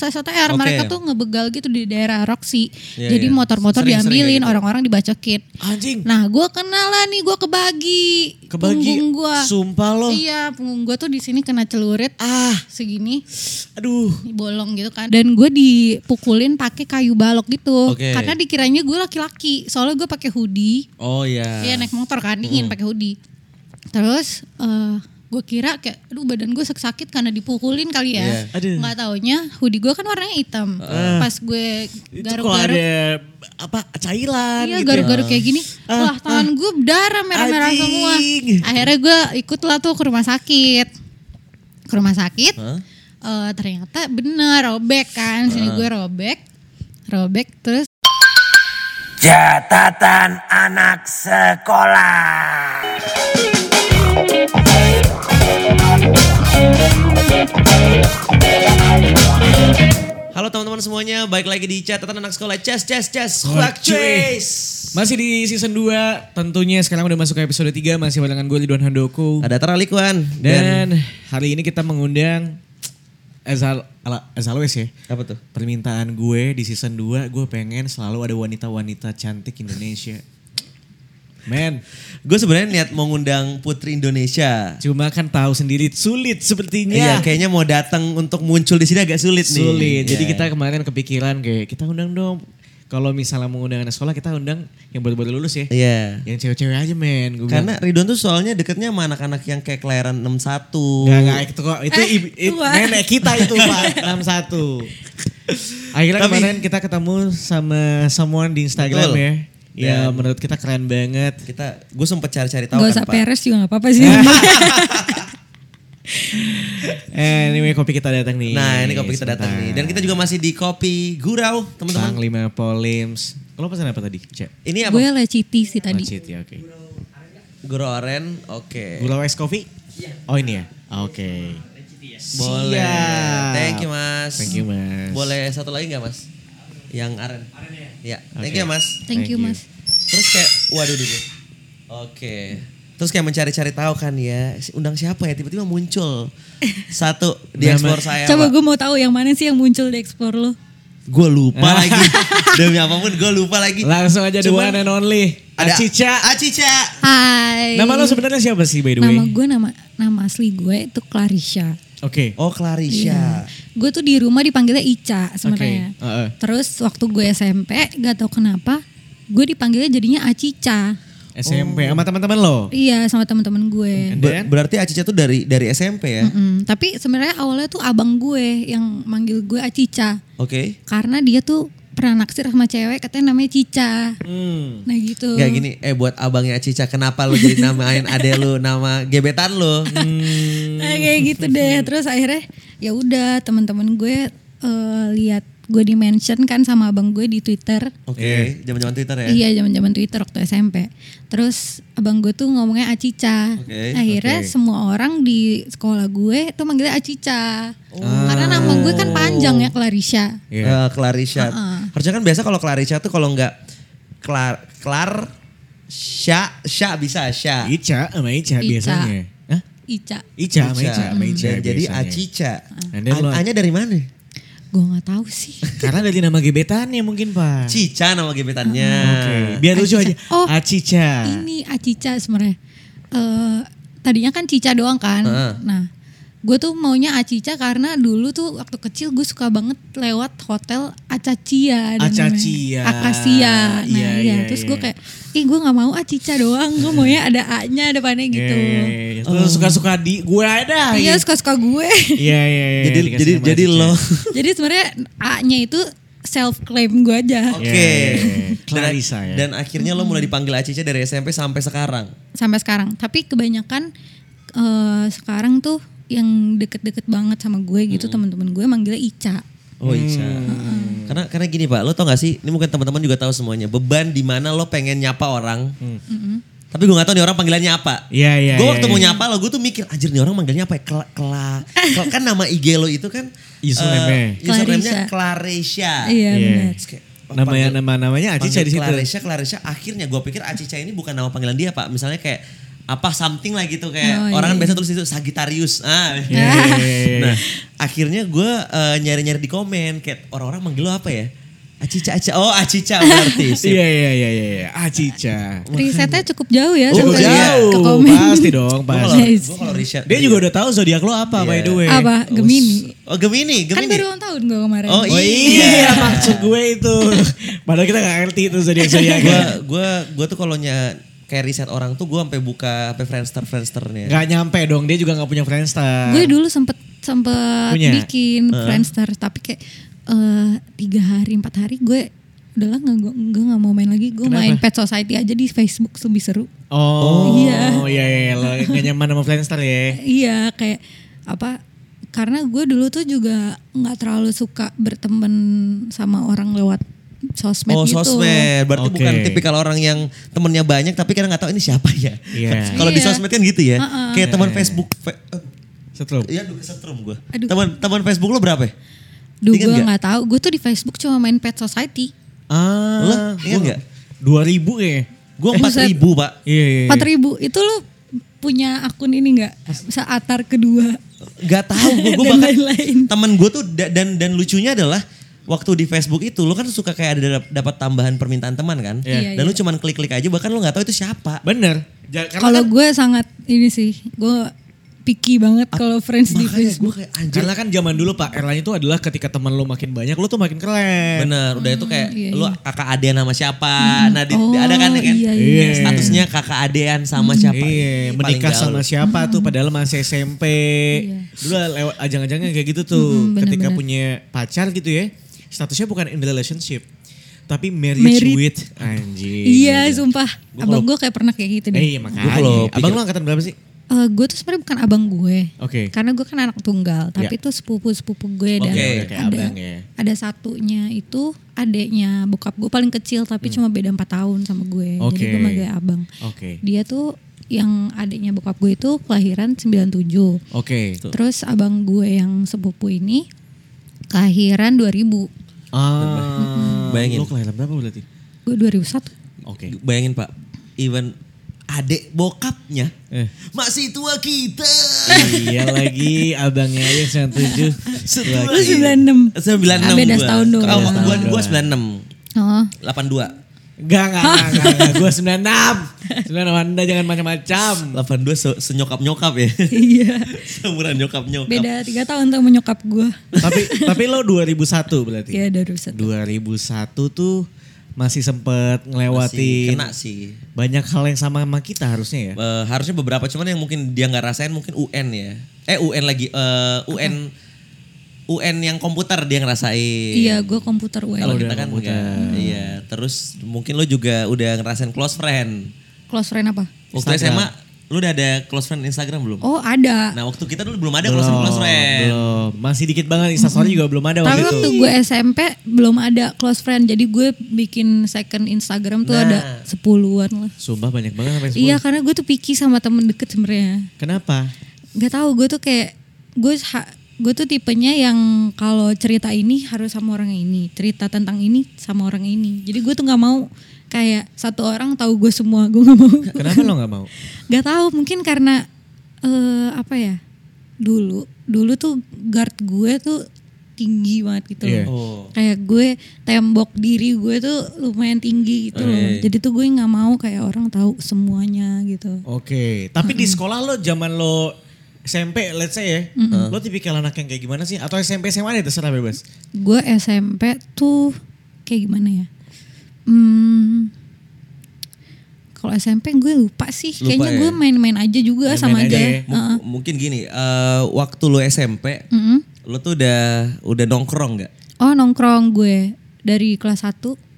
PSSOTR Oke. mereka tuh ngebegal gitu di daerah Roxy. Iya, Jadi iya. motor-motor Sering-sering diambilin, kayak gitu. orang-orang dibacokin. Anjing. Nah, gue kenal lah nih, gue kebagi. Kebagi. Punggung gue. Sumpah lo. Iya, punggung gue tuh di sini kena celurit Ah, segini, aduh. bolong gitu kan. Dan gue dipukulin pakai kayu balok gitu, Oke. karena dikiranya gue laki-laki. Soalnya gue pakai hoodie, Oh ya. Iya naik motor kan dingin pakai hoodie. Terus eh gue kira kayak aduh badan gue sakit karena dipukulin kali ya. Iya. Ah. Aduh. Nggak taunya hoodie gue kan warnanya hitam. Pas gue Itu kalau garuk-garuk ada apa cairan Iya gitu. Ah. garuk-garuk kayak gini, wah tangan gue berdarah merah-merah Anjing. semua. Akhirnya gue ikutlah tuh ke rumah sakit, ke rumah sakit. eh, ternyata bener robek kan, Ah. sini gue robek, robek terus Catatan anak sekolah. Halo teman-teman semuanya, balik lagi di catatan anak sekolah. Ces, ces, ces. Oh, Kuak cuis. Masih di season 2 tentunya sekarang udah masuk ke episode 3 masih barengan gue Ridwan Handoko. Ada Tara Likwan dan, Dan hari ini kita mengundang as, al- ala- as always ya. apa tuh? Permintaan gue di season 2 gue pengen selalu ada wanita-wanita cantik Indonesia. Men, Gue sebenarnya niat mau ngundang Putri Indonesia. cuma kan tahu sendiri sulit sepertinya. Iya, kayaknya mau datang untuk muncul di sini agak sulit, nih. sulit. Jadi Iya. kita kemarin kepikiran kayak kita undang dong. Kalau misalnya mau undang anak sekolah kita undang yang baru-baru lulus ya. Iya. Yang cewek-cewek aja men. Gua Karena Ridwan tuh soalnya deketnya sama anak-anak yang kayak kelahiran 61. Gak, gak, itu kok, itu Eh, ibu- it- tua. nenek kita itu Pak, 61. Akhirnya Tapi- kemarin kita ketemu sama someone di Instagram Betul. ya. Ya Dan- menurut kita keren banget. Kita gue sempet cari-cari tahu gak kan, usah Pak. peres juga gak apa-apa sih. Anyway kopi kita datang nih. Nah, ini kopi kita datang nih. Dan kita juga masih di kopi Gurau, Sang teman-teman. lima polims. Lo pesan apa tadi? Cek. Ini apa? gue leciti sih tadi. Macit ya oke. Gurau oren. Oke. Gula es kopi? Oh ini ya? Oke. Boleh. Siap. Thank you, Mas. Thank you mas. Boleh satu lagi nggak, Mas? Yang aren. ya. Thank Oke. you, Mas. Thank you, Mas. Terus kayak waduh dulu. Oke. Terus kayak mencari-cari tahu kan ya, si- undang siapa ya tiba-tiba muncul satu di Nama- explore saya. Coba Pak. gue mau tahu yang mana sih yang muncul di explore lo. Gue lupa lagi. Demi apapun gue lupa lagi. Langsung aja the Cuman one and only. Ada Acica. Acica. Hai. Nama lo sebenarnya siapa sih by the way? Nama gue nama nama asli gue itu Clarisha. Oke. Oh Iya. Clarisha. Gue tuh di rumah dipanggilnya Ica sebenarnya. ya. Oke, heeh. Terus waktu gue SMP gak tahu kenapa gue dipanggilnya jadinya Acica. Oh. SMP sama teman-teman lo. Iya sama teman-teman gue. Ber- berarti Acica tuh dari dari SMP ya. Hmm. Mm-mm. Tapi sebenarnya awalnya tuh abang gue yang manggil gue Acica Oke. karena dia tuh pernah naksir sama cewek katanya namanya Cica. Hmm. Nah gitu. Gak gini, eh buat abangnya Acica kenapa lu jadi namain ade lu nama gebetan lu? Nah, kayak gitu deh. Terus akhirnya ya udah teman-teman gue eh, lihat gue di mention kan sama abang gue di Twitter. Iya. Oke, zaman-zaman Twitter ya. Iya, zaman-zaman Twitter waktu SMP. Terus abang gue tuh ngomongnya Acica. Oke, Akhirnya semua orang di sekolah gue tuh manggilnya Acica. Oh. Karena nama gue Ah. kan panjang ya Clarissa. Iya. Eh, Clarisha. Harusnya kan biasa kalau Clarisha tuh kalau nggak Klar Klar Sya Sya bisa Sya. Ica sama Ica. Ica, biasanya. Hah? Ica. Ica sama Ica, sama Ica Dan jadi biasanya. Nah, Acica. And then lu- Anya dari mana? Gue nggak tahu sih. Karena dari nama gebetannya mungkin pak. Cica nama gebetannya. Ah. Oke. Biar lucu aja. Oh. Acica. Ini Acica sebenarnya. Eh tadinya kan Cica doang kan. Heeh. Nah, gue tuh maunya Acica karena dulu tuh waktu kecil gue suka banget lewat hotel Acacia. ada namanya. Acacia. Akasia. Nah, Iya, iya. iya, Terus iya. gue kayak, ih gue nggak mau Acica doang. Gue maunya ada A-nya depannya gitu. Iya, Oh. Lu suka-suka di gue ada. Iya, suka-suka gue. Iya iya iya. Jadi dikasih jadi nama jadi Acica. Iya, lo. Jadi sebenarnya A-nya itu self claim gue Oh, aja Oke. Dan- iya, Clarissa ya. Dan akhirnya lo mulai dipanggil Acica dari SMP sampai sekarang. sampai sekarang. Tapi kebanyakan eh, sekarang tuh yang deket-deket banget sama gue gitu teman-teman gue manggilnya Ica. Oh Ica. iya. Hmm. Karena karena gini Pak, lo tau gak sih? Ini mungkin teman-teman juga tahu semuanya. Beban di mana lo pengen nyapa orang. Tapi gue gak tahu nih orang panggilannya Hmm. apa. Iya iya. gue iya, waktu iya. mau nyapa lo, gue tuh mikir, anjir nih orang manggilnya apa ya? Kela, kela, Kela- kan nama IG lo itu kan Username-nya. eh, username-nya Clarisha. Iya Iya. benar. Terus kayak, Namanya panggil- nama namanya Acica panggil di situ. Clarisha, Clarisha. Akhirnya gue pikir Acica ini bukan nama panggilan dia pak. Misalnya kayak apa something lah gitu kayak Oh, orang kan iya. biasa tulis itu Sagittarius. Ah. Nah, Nah, akhirnya gue nyari-nyari di komen kayak orang-orang manggil lo apa ya? Acica, Acica. Oh, Acica berarti. sip. iya iya iya iya iya. Ah Cica. Risetnya cukup jauh ya Cukup sampai Oh, jauh, ke komen. iya. pasti dong, Gua pasti. kalau- Nice. gua kalau riset- Dia juga udah tahu zodiak lo apa by the way. Apa? Gemini. Oh, Gemini, Kan Gemini. baru ulang tahun gue kemarin. Oh, Oh iya, maksud gue itu. Padahal kita gak ngerti itu zodiak-zodiak. gue gue gue tuh kalau nya kayak riset orang tuh gue sampai buka sampai friendster friendsternya Gak nyampe dong, dia juga gak punya Friendster. Gue dulu sempet sempet Punya? bikin Friendster tapi kayak eh, tiga hari empat hari gue udahlah nggak gue nggak nggak mau main lagi gue main Pet Society aja di Facebook lebih seru. Oh, Iya. iya iya, lo gak nyaman sama Friendster ya. Iya kayak apa? Karena gue dulu tuh juga nggak terlalu suka berteman sama orang lewat sosmed oh gitu. sosmed berarti Oke. bukan tipikal orang yang temennya banyak tapi kadang nggak tahu ini siapa ya Iya. kalau di Iya. sosmed kan gitu ya kayak teman Facebook fe- Setrum. eh, ya aduh kesetrum gue Aduh. teman teman Facebook lo berapa ya? Duh Ingat gue nggak? nggak tahu. Gue tuh di Facebook cuma main Pet Society. Ah, Lo ingat nggak? Dua ribu kayaknya. gue Eh, empat buset. ribu pak Iya, iya. Empat ribu itu lu punya akun ini nggak? Seatar kedua. Gak tahu gue, Dan gue bahkan lain-lain. temen gue tuh da- dan dan lucunya adalah waktu di Facebook itu lo kan suka kayak ada dap- dapat tambahan permintaan teman kan, Iya. dan lo cuman klik-klik aja bahkan lo nggak tahu itu siapa. Bener. Ja- karena Kalau kan- gue sangat ini sih, gue picky banget kalau friends di Makanya Facebook. gue kayak anjir. Karena kan zaman dulu Pak Erlanya itu adalah ketika teman lo makin banyak lo tuh makin keren. Bener, udah itu kayak iya, lu kakak adean sama siapa. Nah, di, di- ada kan ya kan iya, iya. Iya. statusnya kakak adean sama siapa. Iya, Ih, menikah paling gaul. sama siapa tuh padahal masih SMP. Dulu lewat ajang-ajangnya kayak gitu tuh. Iya. Mm-mm, bener, ketika bener. punya pacar gitu ya. Statusnya bukan in relationship, tapi marriage Married. with anjing. Iya, sumpah. Gua abang kalau- gue kayak pernah kayak gitu deh. Eh, iya Gua makanya. kalau Abang pikir- lo angkatan berapa sih? Eh, gue tuh sebenarnya bukan abang gue. Oke. Karena gue kan anak tunggal, tapi Iya. itu sepupu-sepupu gue dan Oke, oke, ada abang ya. ada satunya itu adeknya bokap gue paling kecil tapi cuma beda 4 tahun sama gue. Jadi Oke. gue manggil abang. Oke. Dia tuh yang adeknya bokap gue itu kelahiran 97. Oke. Terus abang gue yang sepupu ini kelahiran 2000. Ah, Lo Bayangin. kelahiran berapa berarti? Gue 2001. Oke. Bayangin Pak, even adek bokapnya Eh. masih tua kita. iya lagi abangnya aja 97. Setua Lu kita. 96. Ah, 96 beda gua. setahun doang. Kalau Beda gua setahun gua doang. 96. Oh. 82. Enggak, enggak, enggak, enggak. Gue 96. 96 Anda jangan macam-macam. 82 se senyokap-nyokap ya. Iya. Seumuran nyokap-nyokap. Beda 3 tahun tuh menyokap gue. tapi tapi lo 2001 berarti. Iya, 2001. 2001 tuh masih sempet Masih ngelewatin kena sih. banyak hal yang sama sama kita harusnya ya. Eh, harusnya beberapa cuman yang mungkin dia nggak rasain mungkin UN ya eh UN lagi eh, UN UN yang komputer dia ngerasain Iya, gue komputer kalau Oh, UN. kita kan komputer. nggak. iya terus mungkin lo juga udah ngerasain close friend Close friend apa? waktu Instagram. SMA lo udah ada close friend Instagram belum Oh, ada. nah waktu kita dulu belum ada close friend close friend Belum. Masih dikit banget instastory juga belum ada Tapi waktu waktu itu. gue SMP belum ada close friend. Jadi gue bikin second Instagram tuh Nah. ada sepuluhan lah. Sumpah banyak banget sampai Iya, karena gue tuh picky sama temen deket sebenarnya. Kenapa? Gak tahu gue tuh kayak gue ha- gue tuh tipenya yang kalau cerita ini harus sama orang ini, cerita tentang ini sama orang ini. Jadi gue tuh nggak mau kayak satu orang tahu gue semua, gue nggak mau. Kenapa lo nggak mau? Gak tahu mungkin karena eh apa ya? Dulu dulu tuh guard gue tuh tinggi banget gitu. Iya. Oh. Kayak gue tembok diri gue tuh lumayan tinggi gitu. loh. Jadi tuh gue nggak mau kayak orang tahu semuanya gitu. Oke, tapi di sekolah lo zaman lo SMP let's say ya, lo tipikal anak yang kayak gimana sih? Atau SMP SMA deh terserah bebas. Gue SMP tuh kayak gimana ya? Hmm, kalau SMP gue lupa sih. Lupa Kayaknya ya? gue main-main aja juga Main-main sama aja aja. ya. M- mungkin gini eh, waktu lo SMP lo tuh udah udah nongkrong nggak Oh nongkrong gue dari kelas 1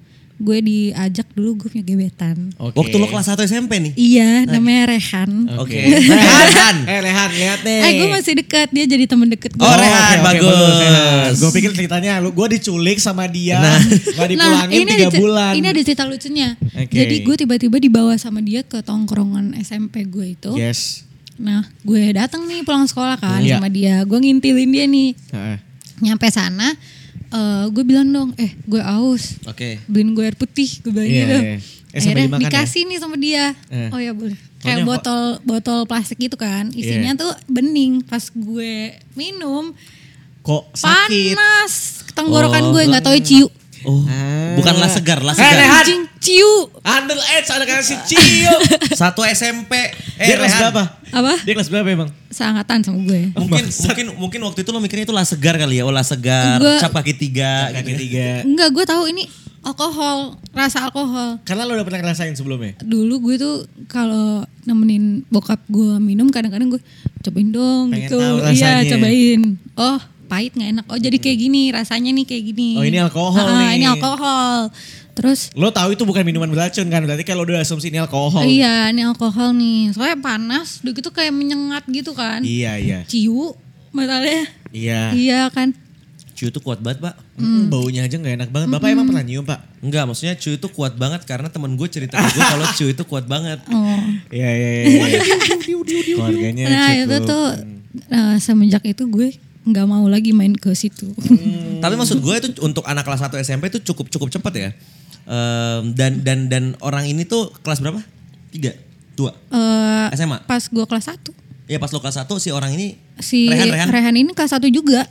gue diajak dulu gue punya gebetan. Oke. waktu lo kelas 1 SMP nih Iya namanya Rehan. Nah. oke Rehan, eh Rehan lihat nih. Eh gue masih dekat dia jadi temen deket gue. Oh, Rehan, bagus. Gue pikir ceritanya lu gue diculik sama dia, Nah. gak dipulangin Nah, ini tiga ada, cer- bulan. Ini ada cerita lucunya. Oke. Jadi gue tiba-tiba dibawa sama dia ke tongkrongan SMP gue itu. Yes. Nah gue datang nih pulang sekolah kan Iya. sama dia. Gue ngintilin dia nih. Heeh. Nyampe sana eh, gue bilang dong eh gue aus. oke Beliin gue air putih gue bilang Iya, gitu. iya. Eh, sambil Akhirnya dimakan ya? dikasih nih sama dia. Eh. Oh ya boleh. kayak Soalnya- Iya. botol botol plastik gitu kan isinya tuh bening pas gue minum Kok sakit? panas tenggorokan Oh, gue nggak tahu ciu Oh, bukanlah segar, lah Eh, segar. eh, Lehan. Anjing, ciu Under age ada kasih Cio. Satu SMP. Eh, Dia kelas Lehan. berapa? apa Dia kelas berapa emang? seangkatan sama gue Mungkin, mungkin, mungkin waktu itu lo mikirnya itu lah segar kali ya, oh lah segar, Gua- cap kaki tiga. Kaki gitu. tiga. Enggak, gue tahu ini alkohol, rasa alkohol. Karena lo udah pernah ngerasain sebelumnya? Dulu gue tuh kalau nemenin bokap gue minum kadang-kadang gue cobain dong Pengen gitu. tahu rasanya. Hmm. Iya, cobain. Oh, pahit nggak enak. Oh, jadi kayak gini rasanya nih kayak gini. Oh, ini alkohol Ah, nih. ini alkohol. Terus Lo tahu itu bukan minuman beracun kan? Berarti kalau udah asumsi ini alkohol. iya, ini alkohol nih. Soalnya panas, udah gitu kayak menyengat gitu kan. Iya, iya. Ciu batalnya. Iya. Iya kan. Cuy itu kuat banget, Pak. Mm, baunya aja nggak enak banget. Bapak emang pernah nyium, Pak? Enggak, maksudnya cuy itu kuat banget karena temen gue cerita ke gue kalau cuy itu kuat banget. Oh. Iya, iya, iya. Keluarganya Nah, cek itu lo. tuh eh, semenjak itu gue nggak mau lagi main ke situ. Hmm. Tapi maksud gue itu untuk anak kelas 1 SMP itu cukup cukup cepat ya. Ehm, dan dan dan orang ini tuh kelas berapa? Tiga, dua, Eh, SMA. pas gue kelas 1 Ya pas lo kelas satu si orang ini si Rehan Rehan, Rehan. ini kelas 1 juga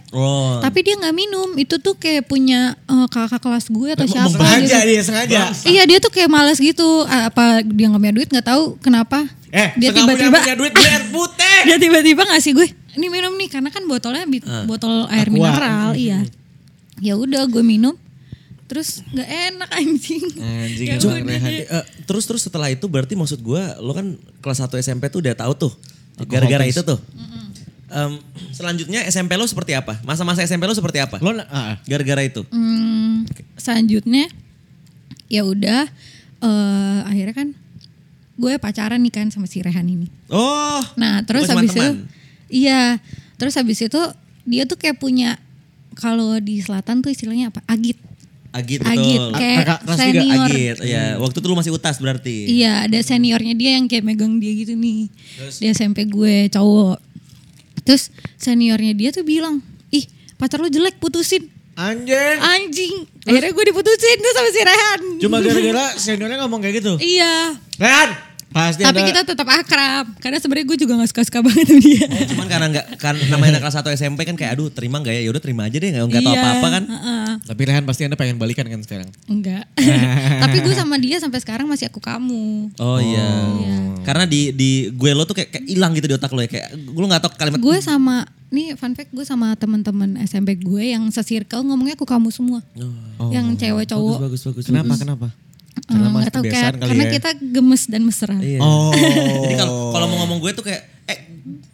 Hmm. Oh. tapi dia nggak minum itu tuh kayak punya eh, kakak kelas gue atau siapa Sengaja gitu dia, sengaja. iya dia tuh kayak males gitu Ah, apa dia nggak punya duit nggak tahu kenapa Eh, dia sengaja tiba-tiba punya duit beli air putih. dia tiba-tiba ngasih gue ini minum nih karena kan botolnya bi- Eh, botol air Aqua. mineral iya Hmm. ya udah gue minum terus nggak enak anjing Anjing, Ya emang udah Rehan. deh. Eh, terus terus setelah itu berarti maksud gue lo kan kelas 1 SMP tuh udah tahu tuh Alkohol gara-gara taste. itu tuh. Em, selanjutnya SMP lo seperti apa? Masa-masa SMP lo seperti apa? Lo na- ah, Gara-gara itu. Hmm, selanjutnya ya udah eh, akhirnya kan gue pacaran nih kan sama si Rehan ini. Oh. Nah terus Bukan cuma habis itu teman. iya terus habis itu dia tuh kayak punya kalau di selatan tuh istilahnya apa agit Agit betul. agit A- kakak kayak kelas tiga, senior Agit, ya. Waktu itu lo masih utas berarti. Iya, ada seniornya dia yang kayak megang dia gitu nih. Di SMP gue cowok. Terus seniornya dia tuh bilang, "Ih, pacar lu jelek, putusin." anjing. Anjing. Akhirnya gue diputusin tuh sama si Rehan. Cuma gara-gara seniornya ngomong kayak gitu. Iya. Rehan, pasti Tapi ada. kita tetap akrab karena sebenarnya gue juga gak suka-suka banget sama dia. Cuman karena nggak kan namanya anak kelas 1 SMP kan kayak aduh terima nggak ya? Ya udah terima aja deh nggak nggak tahu Iya, apa-apa kan. heeh. Tapi Rehan pasti anda pengen balikan kan sekarang? Enggak. Tapi gue sama dia sampai sekarang masih aku kamu. Oh, iya. Karena di di gue lo tuh kayak kayak hilang gitu di otak lo ya kayak lo nggak tahu kalimat Gue sama nih fun fact gue sama teman-teman SMP gue yang sesirkel ngomongnya aku kamu semua. Oh. yang cewek cowok. Oh, bagus bagus. Kenapa, kenapa? Eh, nggak tahu kayak- karena kita gemes dan mesra. ya. Iya. Oh. Jadi kalau kalau mau ngomong gue tuh kayak eh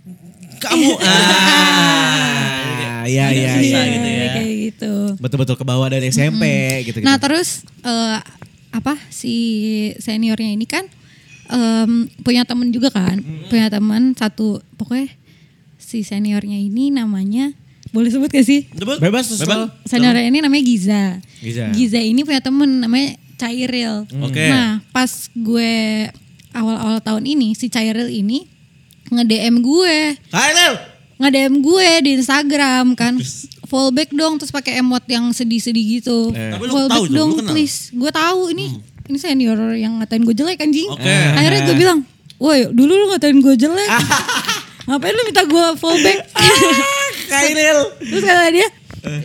kamu ah. Ah, iya, iya, Iya, iya. gitu ya. Kayak gitu. Betul-betul kebawa dari SMP gitu. Nah terus eh, apa si seniornya ini kan em, punya temen juga kan, punya teman satu pokoknya si seniornya ini namanya boleh sebut gak sih? Bebas, terserah. Seniornya ini namanya Giza. Giza. ini punya temen namanya Cairil. Oke. Nah pas gue awal-awal tahun ini si Cairil ini nge DM gue. Kyle, nge-DM gue di Instagram kan. Follow back dong terus pakai emot yang sedih-sedih gitu. Tapi lu Follow tahu back dong, dong lu kenal. Hmm. please. Gue tahu ini ini senior yang ngatain gue jelek anjing. Oke. Akhirnya gue bilang, "Woi, dulu lu ngatain gue jelek. Ngapain lu minta gue follow back?" Ah. Kyle. terus kata dia,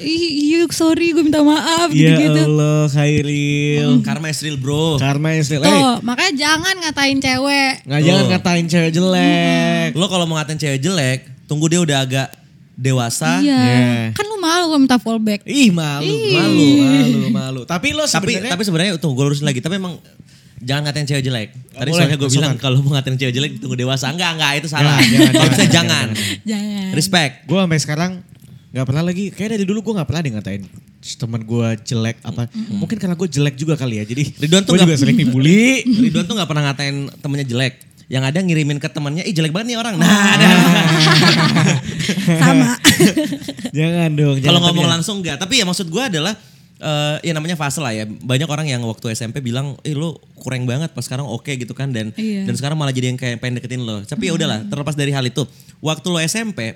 "Ih, iya, sorry, gue minta maaf Iya, Ya gitu-gitu." Allah, Khairil. Karma is real bro. Karma Isril. Eh, Tuh, makanya jangan ngatain cewek. nggak jangan ngatain cewek jelek. Lo kalau mau ngatain cewek jelek, tunggu dia udah agak dewasa. Iya. Iya. Kan lu malu kalau minta follow back. Ih, malu, malu, malu, malu. Tapi lo Tapi sebenarnya tapi sebenarnya tuh gue lurusin lagi, tapi emang jangan ngatain cewek jelek. Tadi Oh, boleh, soalnya gue masukan. bilang kalau mau ngatain cewek jelek tunggu dewasa. Enggak, enggak itu salah. Jangan, jangan, Kalau bisa jangan, jangan. Jangan. Respect. gue sampai sekarang nggak pernah lagi kayak dari dulu gue nggak pernah deh ngatain teman gue jelek apa mungkin karena gue jelek juga kali ya jadi Ridwan tuh gue nggak- juga sering dibully Ridwan tuh nggak pernah ngatain temennya jelek. Yang ada ngirimin ke temannya, ih jelek banget nih orang. Nah, Ah. ada. Sama. jangan dong Kalau jangan ngomong tapi langsung enggak, tapi ya maksud gue adalah eh ya namanya fase lah ya. Banyak orang yang waktu SMP bilang, "Eh lo kurang banget pas sekarang oke gitu kan." Dan Iya. Hmm. dan sekarang malah jadi yang kayak pengen deketin lo. Tapi ya udahlah, terlepas dari hal itu. Waktu lo SMP,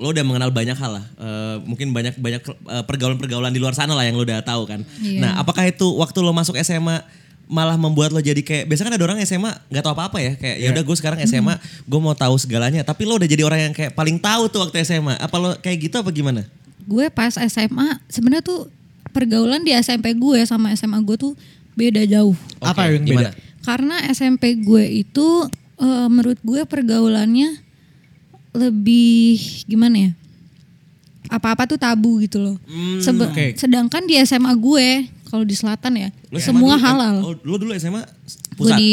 lo udah mengenal banyak hal lah. Eh, mungkin banyak banyak eh, pergaulan-pergaulan di luar sana lah yang lo udah tahu kan. Iya. Nah, apakah itu waktu lo masuk SMA malah membuat lo jadi kayak biasanya kan ada orang SMA nggak tahu apa-apa ya kayak ya udah gue sekarang SMA Hmm. gue mau tahu segalanya tapi lo udah jadi orang yang kayak paling tahu tuh waktu SMA apa lo kayak gitu apa gimana gue pas SMA sebenarnya tuh pergaulan di SMP gue sama SMA gue tuh beda jauh. Apa yang gimana? beda? Karena SMP gue itu eh, menurut gue pergaulannya lebih gimana ya? Apa-apa tuh tabu gitu loh. Hmm, Sebe- oke. Sedangkan di SMA gue kalau di selatan ya Lo SMA semua dulu- halal. oh, lo dulu SMA gue pusat di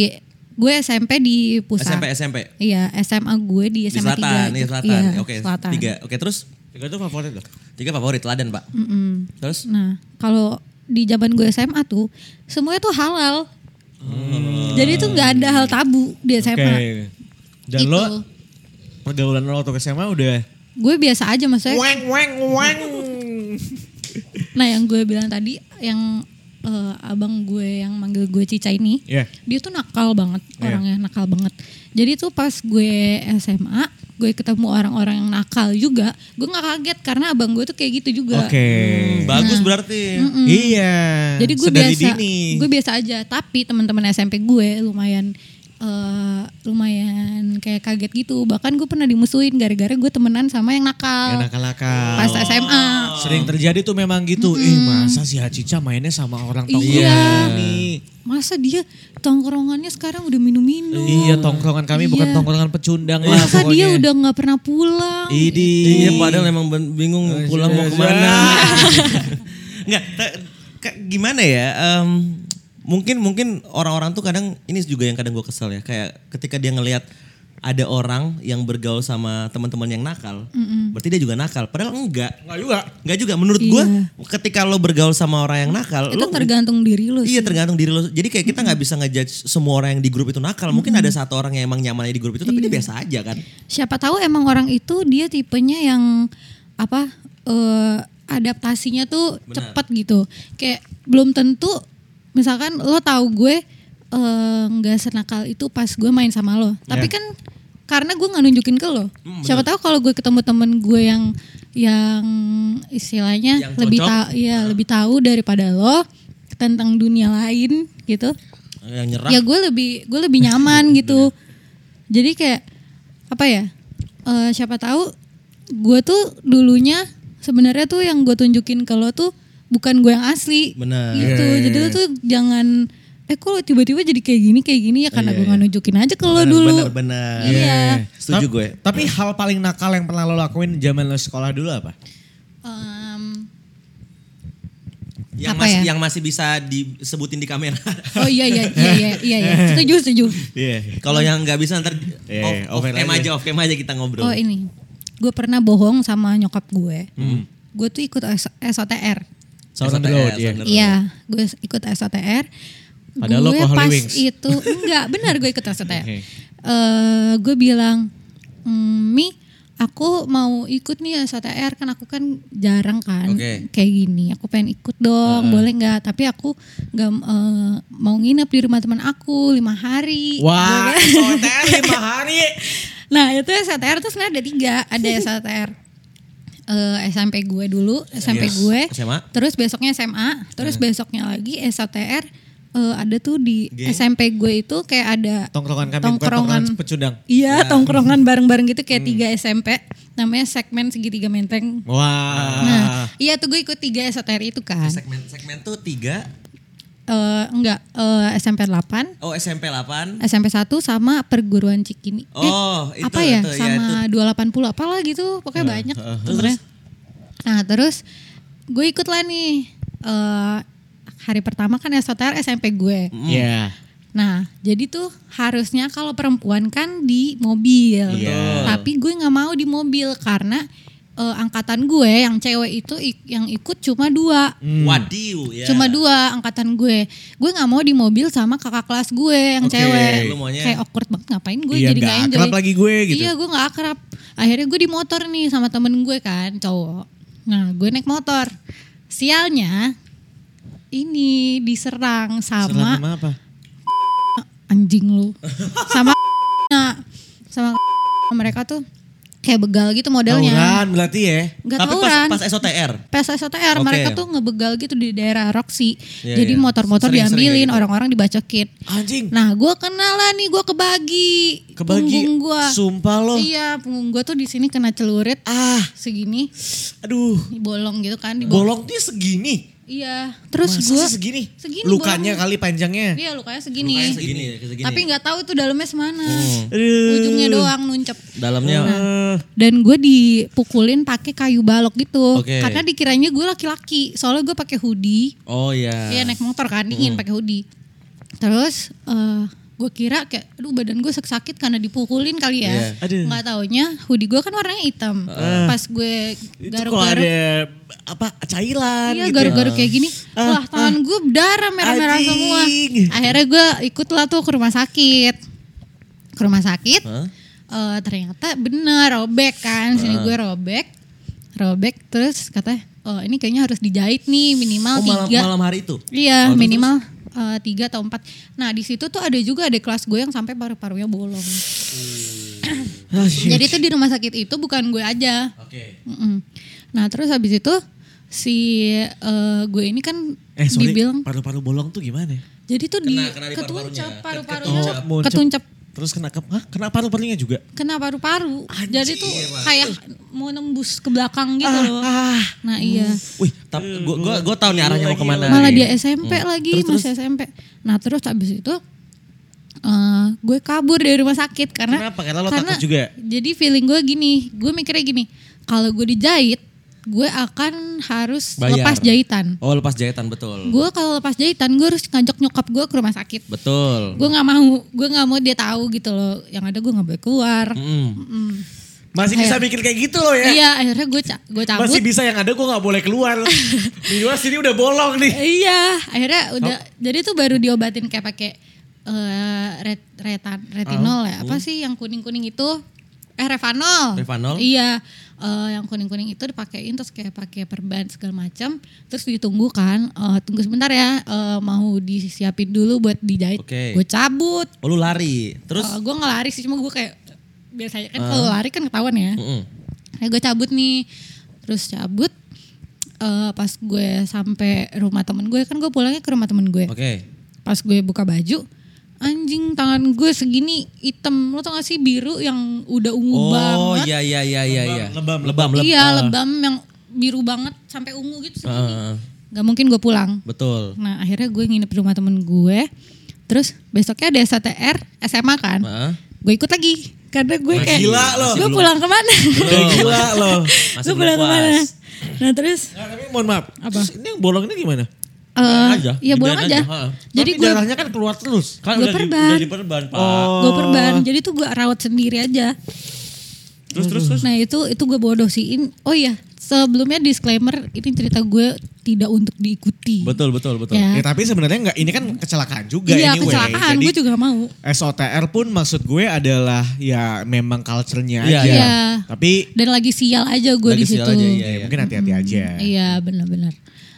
gue SMP di pusat. SMP SMP Iya, SMA gue di di SMA 3. selatan di selatan Iya, oke selatan. tiga oke terus Tiga itu favorit loh. tiga favorit teladan pak Mm-mm. terus Nah, kalau di zaman gue SMA tuh semuanya tuh halal. Jadi tuh nggak ada hal tabu di Oke. SMA. Dan Gitu. Eh. lo pergaulan lo waktu SMA udah Gue biasa aja maksudnya. weng weng weng. Nah, yang gue bilang tadi yang eh, abang gue yang manggil gue Cica ini, Iya. dia tuh nakal banget orangnya, nakal banget. Jadi tuh pas gue SMA, gue ketemu orang-orang yang nakal juga, gue nggak kaget karena abang gue tuh kayak gitu juga. Oke. bagus berarti Iya. Jadi gue Sedari biasa, dini. gue biasa aja. Tapi teman-teman SMP gue lumayan, eh, lumayan kayak kaget gitu. Bahkan gue pernah dimusuhin gara-gara gue temenan sama yang nakal. nakal-nakal. Pas SMA. Sering terjadi tuh memang gitu. Ih masa si Hacica mainnya sama orang Iya. tongkrongan ini. Masa dia tongkrongannya sekarang udah minum-minum. Iya tongkrongan kami bukan Hmm. Iya. tongkrongan pecundang lah Masa dia pokoknya. udah nggak pernah pulang. Idi. Iya padahal emang ben- bingung Oh, mau pulang iya, mau kemana. Enggak, ta- ka- gimana ya? em, mungkin mungkin orang-orang tuh kadang ini juga yang kadang gue kesel ya. Kayak ketika dia ngelihat ada orang yang bergaul sama teman-teman yang nakal, berarti dia juga nakal. Padahal enggak. Enggak juga. Enggak juga menurut gue ketika lo bergaul sama orang yang nakal, Iya. Itu lo tergantung diri lu. sih. Iya tergantung diri lo. Jadi kayak kita nggak bisa ngejudge semua orang yang di grup itu nakal. Mungkin ada satu orang yang emang nyamannya di grup itu, Iya. tapi dia biasa aja kan. Siapa tahu emang orang itu dia tipenya yang apa eh, adaptasinya tuh cepat gitu. Kayak belum tentu misalkan lo tahu gue eh, nggak senakal itu pas gue main sama lo. Tapi Ya. kan karena gue nggak nunjukin ke lo. Hmm, Siapa tahu kalau gue ketemu temen gue yang yang istilahnya Yang lebih cocok. Nah. tahu ya lebih tahu daripada lo tentang dunia lain gitu Yang nyerang. ya gue lebih gue lebih nyaman gitu jadi kayak apa ya eh, siapa tahu gue tuh dulunya sebenarnya tuh yang gue tunjukin kalau tuh bukan gue yang asli Benar. gitu jadi lu tuh jangan eh kok lu tiba-tiba jadi kayak gini kayak gini ya karena gue nggak nunjukin aja ke lo dulu Benar-benar. iya Eh, Setuju Tap- gue. Tapi hal paling nakal yang pernah lo lakuin zaman lo sekolah dulu apa? Em, Yang Apa masih ya? yang masih bisa disebutin di kamera. oh iya iya iya iya iya, iya. setuju setuju Iya. Kalau yang nggak bisa ntar Iya, off, iya, off open cam aja. aja, off cam aja kita ngobrol. oh ini gue pernah bohong sama nyokap gue gue tuh ikut S- SOTR Southern SOTR, Road, iya. Southern Road. Iya, gue ikut SOTR. Padahal lo gue ke Holy pas Wings. itu enggak benar gue ikut SOTR. Oke. Eh gue bilang, "Mm, Mi, aku mau ikut nih SOTR kan aku kan jarang kan Oke. kayak gini. Aku pengen ikut dong, boleh nggak? Tapi aku nggak eh, mau nginep di rumah teman aku lima hari. Wah, Iya. SOTR lima hari. Nah itu SOTR tuh sebenarnya ada tiga, ada SOTR eh, SMP gue dulu, SMP Yes. gue, SMA. terus besoknya SMA, terus besoknya lagi SOTR eh, ada tuh di SMP gue itu kayak ada Tongkrongan kami bukan tongkrongan, tongkrongan pecundang. iya tongkrongan bareng-bareng gitu kayak tiga SMP, namanya segmen segitiga menteng. Wah. Nah iya tuh gue ikut tiga SOTR itu kan, Segmen segmen tuh 3, Eh, enggak eh, SMP 8 oh SMP 8. SMP 1 sama perguruan Cikini. Eh, Oh, itu, apa ya itu, uh-huh. ya, sama 280 apalah gitu, pokoknya banyak. sebenarnya. Nah, terus gue ikut lah nih eh, hari pertama kan SOTR SMP gue. Hmm. Iya. Nah, jadi tuh harusnya kalau perempuan kan di mobil. Iya. Tapi gue nggak mau di mobil karena eh, angkatan gue yang cewek itu ik- yang ikut cuma dua. Hmm. Wadiu ya. Cuma dua angkatan gue. Gue nggak mau di mobil sama kakak kelas gue yang Oke, cewek. lu maunya- Kayak awkward banget ngapain gue Iya, jadi nggak nggak enjoy. akrab lagi gue gitu. Iya gue nggak akrab. Akhirnya gue di motor nih sama temen gue kan cowok. Nah gue naik motor. Sialnya ini diserang Serang sama sama apa? anjing lu sama nah, sama mereka tuh kayak begal gitu modelnya. Tauran berarti ya. Enggak Tapi pas, tawuran. pas SOTR. PSSOTR Oke. mereka tuh ngebegal gitu di daerah Roxy. Iya, Jadi iya. motor-motor Sering-sering kayak diambilin, gitu. orang-orang dibacokin. Anjing. Nah, gua kenal lah nih, gua kebagi. Kebagi. Punggung gua. Sumpah lo. Iya, punggung gua tuh di sini kena celurit. Ah. Segini, Aduh. bolong gitu kan di bawah. Bolongnya segini. Iya. Terus Masa gua sih segini. Segini bolongnya. Lukanya kali panjangnya. Iya, lukanya segini. Lukanya segini ya, Iya. kayak segini Tapi ya. nggak tahu itu dalamnya semana. Hmm. Aduh. Ujungnya doang nuncep. Dalamnya Iya. Eh, Dan gue dipukulin pakai kayu balok gitu. Oke. Karena dikiranya gue laki-laki. Soalnya gue pakai hoodie. oh iya. Iya naik motor kan dingin pakai hoodie. Terus eh, gue kira kayak aduh badan gue sakit karena dipukulin kali ya. Iya. Ah. Aduh. Nggak taunya hoodie gue kan warnanya hitam. Pas gue itu kalau garuk-garuk ada apa cairan Iya gitu. garuk-garuk kayak gini, Ah, wah tangan gue berdarah merah-merah Anjing. semua. Akhirnya gue ikutlah tuh ke rumah sakit. Ke rumah sakit, eh, ternyata bener robek kan, sini Ah. gue robek. Robek terus katanya, oh ini kayaknya harus dijahit nih minimal Oh malam, tiga. malam hari itu. Iya minimal eh, tiga atau empat. Nah di situ tuh ada juga ada kelas gue yang sampai paru-parunya bolong. Hmm. Ah, shit. Jadi tuh di rumah sakit itu bukan gue aja. Oke. Mm-mm. Nah terus habis itu si eh, gue ini kan eh sorry dibilang paru-paru bolong tuh gimana ya? jadi tuh di, Kena- kena di ketuncap paru-parunya. paru-parunya Ketuncap. Moncep. ketuncap terus kena ke, hah? kena paru-parunya juga kena paru-paru. Jadi tuh iya, kayak mau nembus ke belakang gitu Ah, loh. Nah iya. Wih, tapi gua gua gua tahu nih Iya, arahnya mau kemana. Nah, Malah nih. dia SMP Hmm. lagi, masih SMP. Nah terus habis itu eh, gue kabur dari rumah sakit karena Kenapa? Karena lo takut juga? Jadi feeling gue gini, gue mikirnya gini, kalau gue dijahit, gue akan harus Bayar. lepas jahitan. Oh, lepas jahitan betul. Gue kalau lepas jahitan, gue harus ngajak nyokap gue ke rumah sakit. Betul. Gue nggak mau, gue nggak mau dia tahu gitu loh. Yang ada gue nggak boleh keluar. Mm. Mm. masih bisa mikir kayak gitu loh ya Iya, akhirnya gue ca- gue cabut. masih bisa yang ada gue nggak boleh keluar minimal sini udah bolong nih Iya, akhirnya Oh. udah jadi tuh baru diobatin kayak pakai eh, ret- retan- retinol ya. Oh. Apa sih yang kuning-kuning itu? Eh Revanol. Revanol. Iya, eh, yang kuning-kuning itu dipakein terus kayak pakai perban segala macam, terus ditunggu kan, eh, tunggu sebentar ya, eh, mau disiapin dulu buat dijahit. Oke. Gue cabut. Oh, lu lari. Terus Ah. Eh, gue nggak lari sih, cuma gue kayak biasanya kan kalau lari kan ketahuan ya. Mm-mm. Akhirnya gue cabut nih. Terus cabut. eh, pas gue sampai rumah temen gue. Kan gue pulangnya ke rumah temen gue. Oke. Pas gue buka baju. Anjing tangan gue segini hitam. Lo tau gak sih biru yang udah ungu Oh, banget. iya iya iya iya iya. Lebam, lebam. leb- Iya lebam yang biru banget. Sampai ungu gitu segini. Heeh, Gak mungkin gue pulang. betul. Nah akhirnya gue nginep di rumah temen gue. Terus besoknya ada STR SMA kan. Heeh. Gue ikut lagi. Karena gue kayak. gila lo. Gue pulang kemana? Udah gila lo Masih Gue belum pulang kemana? puas. Nah terus Nah, tapi mohon maaf Apa? terus ini yang bolong ini gimana eh aja, ya dibiarin bolong aja, aja. ha. Jadi tapi gue darahnya kan keluar terus Kan Gua udah di, perban. udah Oh. diperban, Pak. gue perban. Jadi tuh gue rawat sendiri aja. Terus terus terus. Nah itu itu gue bodoh sih. In- Oh iya sebelumnya disclaimer ini cerita gue tidak untuk diikuti. Betul betul betul. Ya. ya tapi sebenarnya nggak ini kan kecelakaan juga iya anyway. kecelakaan Jadi gue juga mau. SOTR pun maksud gue adalah ya memang culture-nya Iya, aja. iya. Tapi Dan lagi sial aja gue Lagi di sial situ. aja, ya, iya, mungkin hati-hati aja. Iya benar-benar.